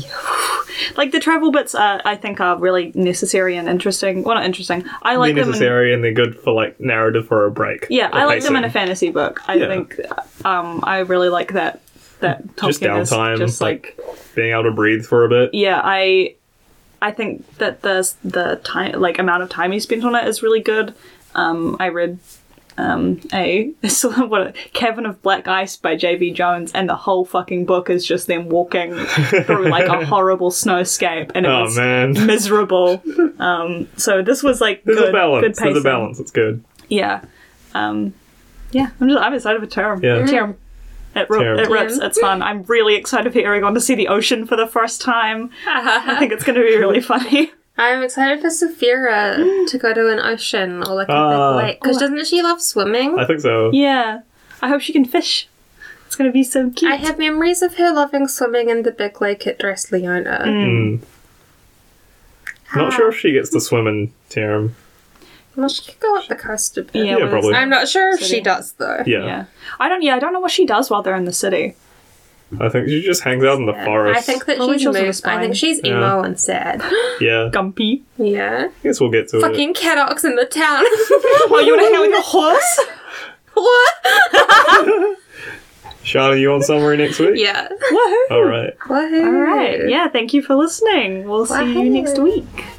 like the travel bits. Are, I think are really necessary and interesting. Well, not interesting. I like
they're
them. In,
necessary and they're good for like narrative or a break.
yeah,
Or
I like them in a
pacing.
fantasy book. I
Yeah.
think um, I really like that. That Tolkien is
Just downtime,
just like
like, being able to breathe for a bit.
yeah, I I think that the the time like amount of time you spent on it is really good. Um, I read um, a [LAUGHS] sort of what Cavern of Black Ice by J.B. Jones, and the whole fucking book is just them walking through like
[LAUGHS]
a horrible snowscape, and it
Oh
was
man, there's
[LAUGHS] miserable. Um, so this was like good,
a
good
balance. There's a
pacing.
balance. It's good.
Yeah, um, yeah. I'm just I'm excited for Term.
Yeah.
Term. It, ri-
Term.
it rips. It's fun. I'm really excited for Aragon to see the ocean for the first time. I think it's going to be [LAUGHS] really funny.
[LAUGHS] I'm excited for Saphira to go to an ocean or like a
Ah.
big lake because doesn't she love swimming?
I think so.
Yeah. I hope she can fish. It's going to be so cute.
I have memories of her loving swimming in the big lake at Dress Leona.
Mm.
Uh,
Not sure if she gets to swim in Tarim.
Well, she could go up the coast a bit.
Yeah,
Yeah,
well,
probably.
I'm not sure if she
City.
does though.
Yeah.
yeah. I don't yeah, I don't know what she does while they're in the city.
I think she just hangs out in the forest.
I think that
Well,
she's
Rachel's on the
moved. I think
spine.
she's emo and sad.
yeah.
Gumpy.
Yeah.
I guess we'll get to it.
Fucking Cadox in the town. [LAUGHS]
Oh, you want to hang out with your horse?
what?
Shana, you on somewhere next week?
Yeah.
[LAUGHS] Woohoo.
All right.
What?
All right. Yeah, thank you for listening. We'll see you next
Bye.
week.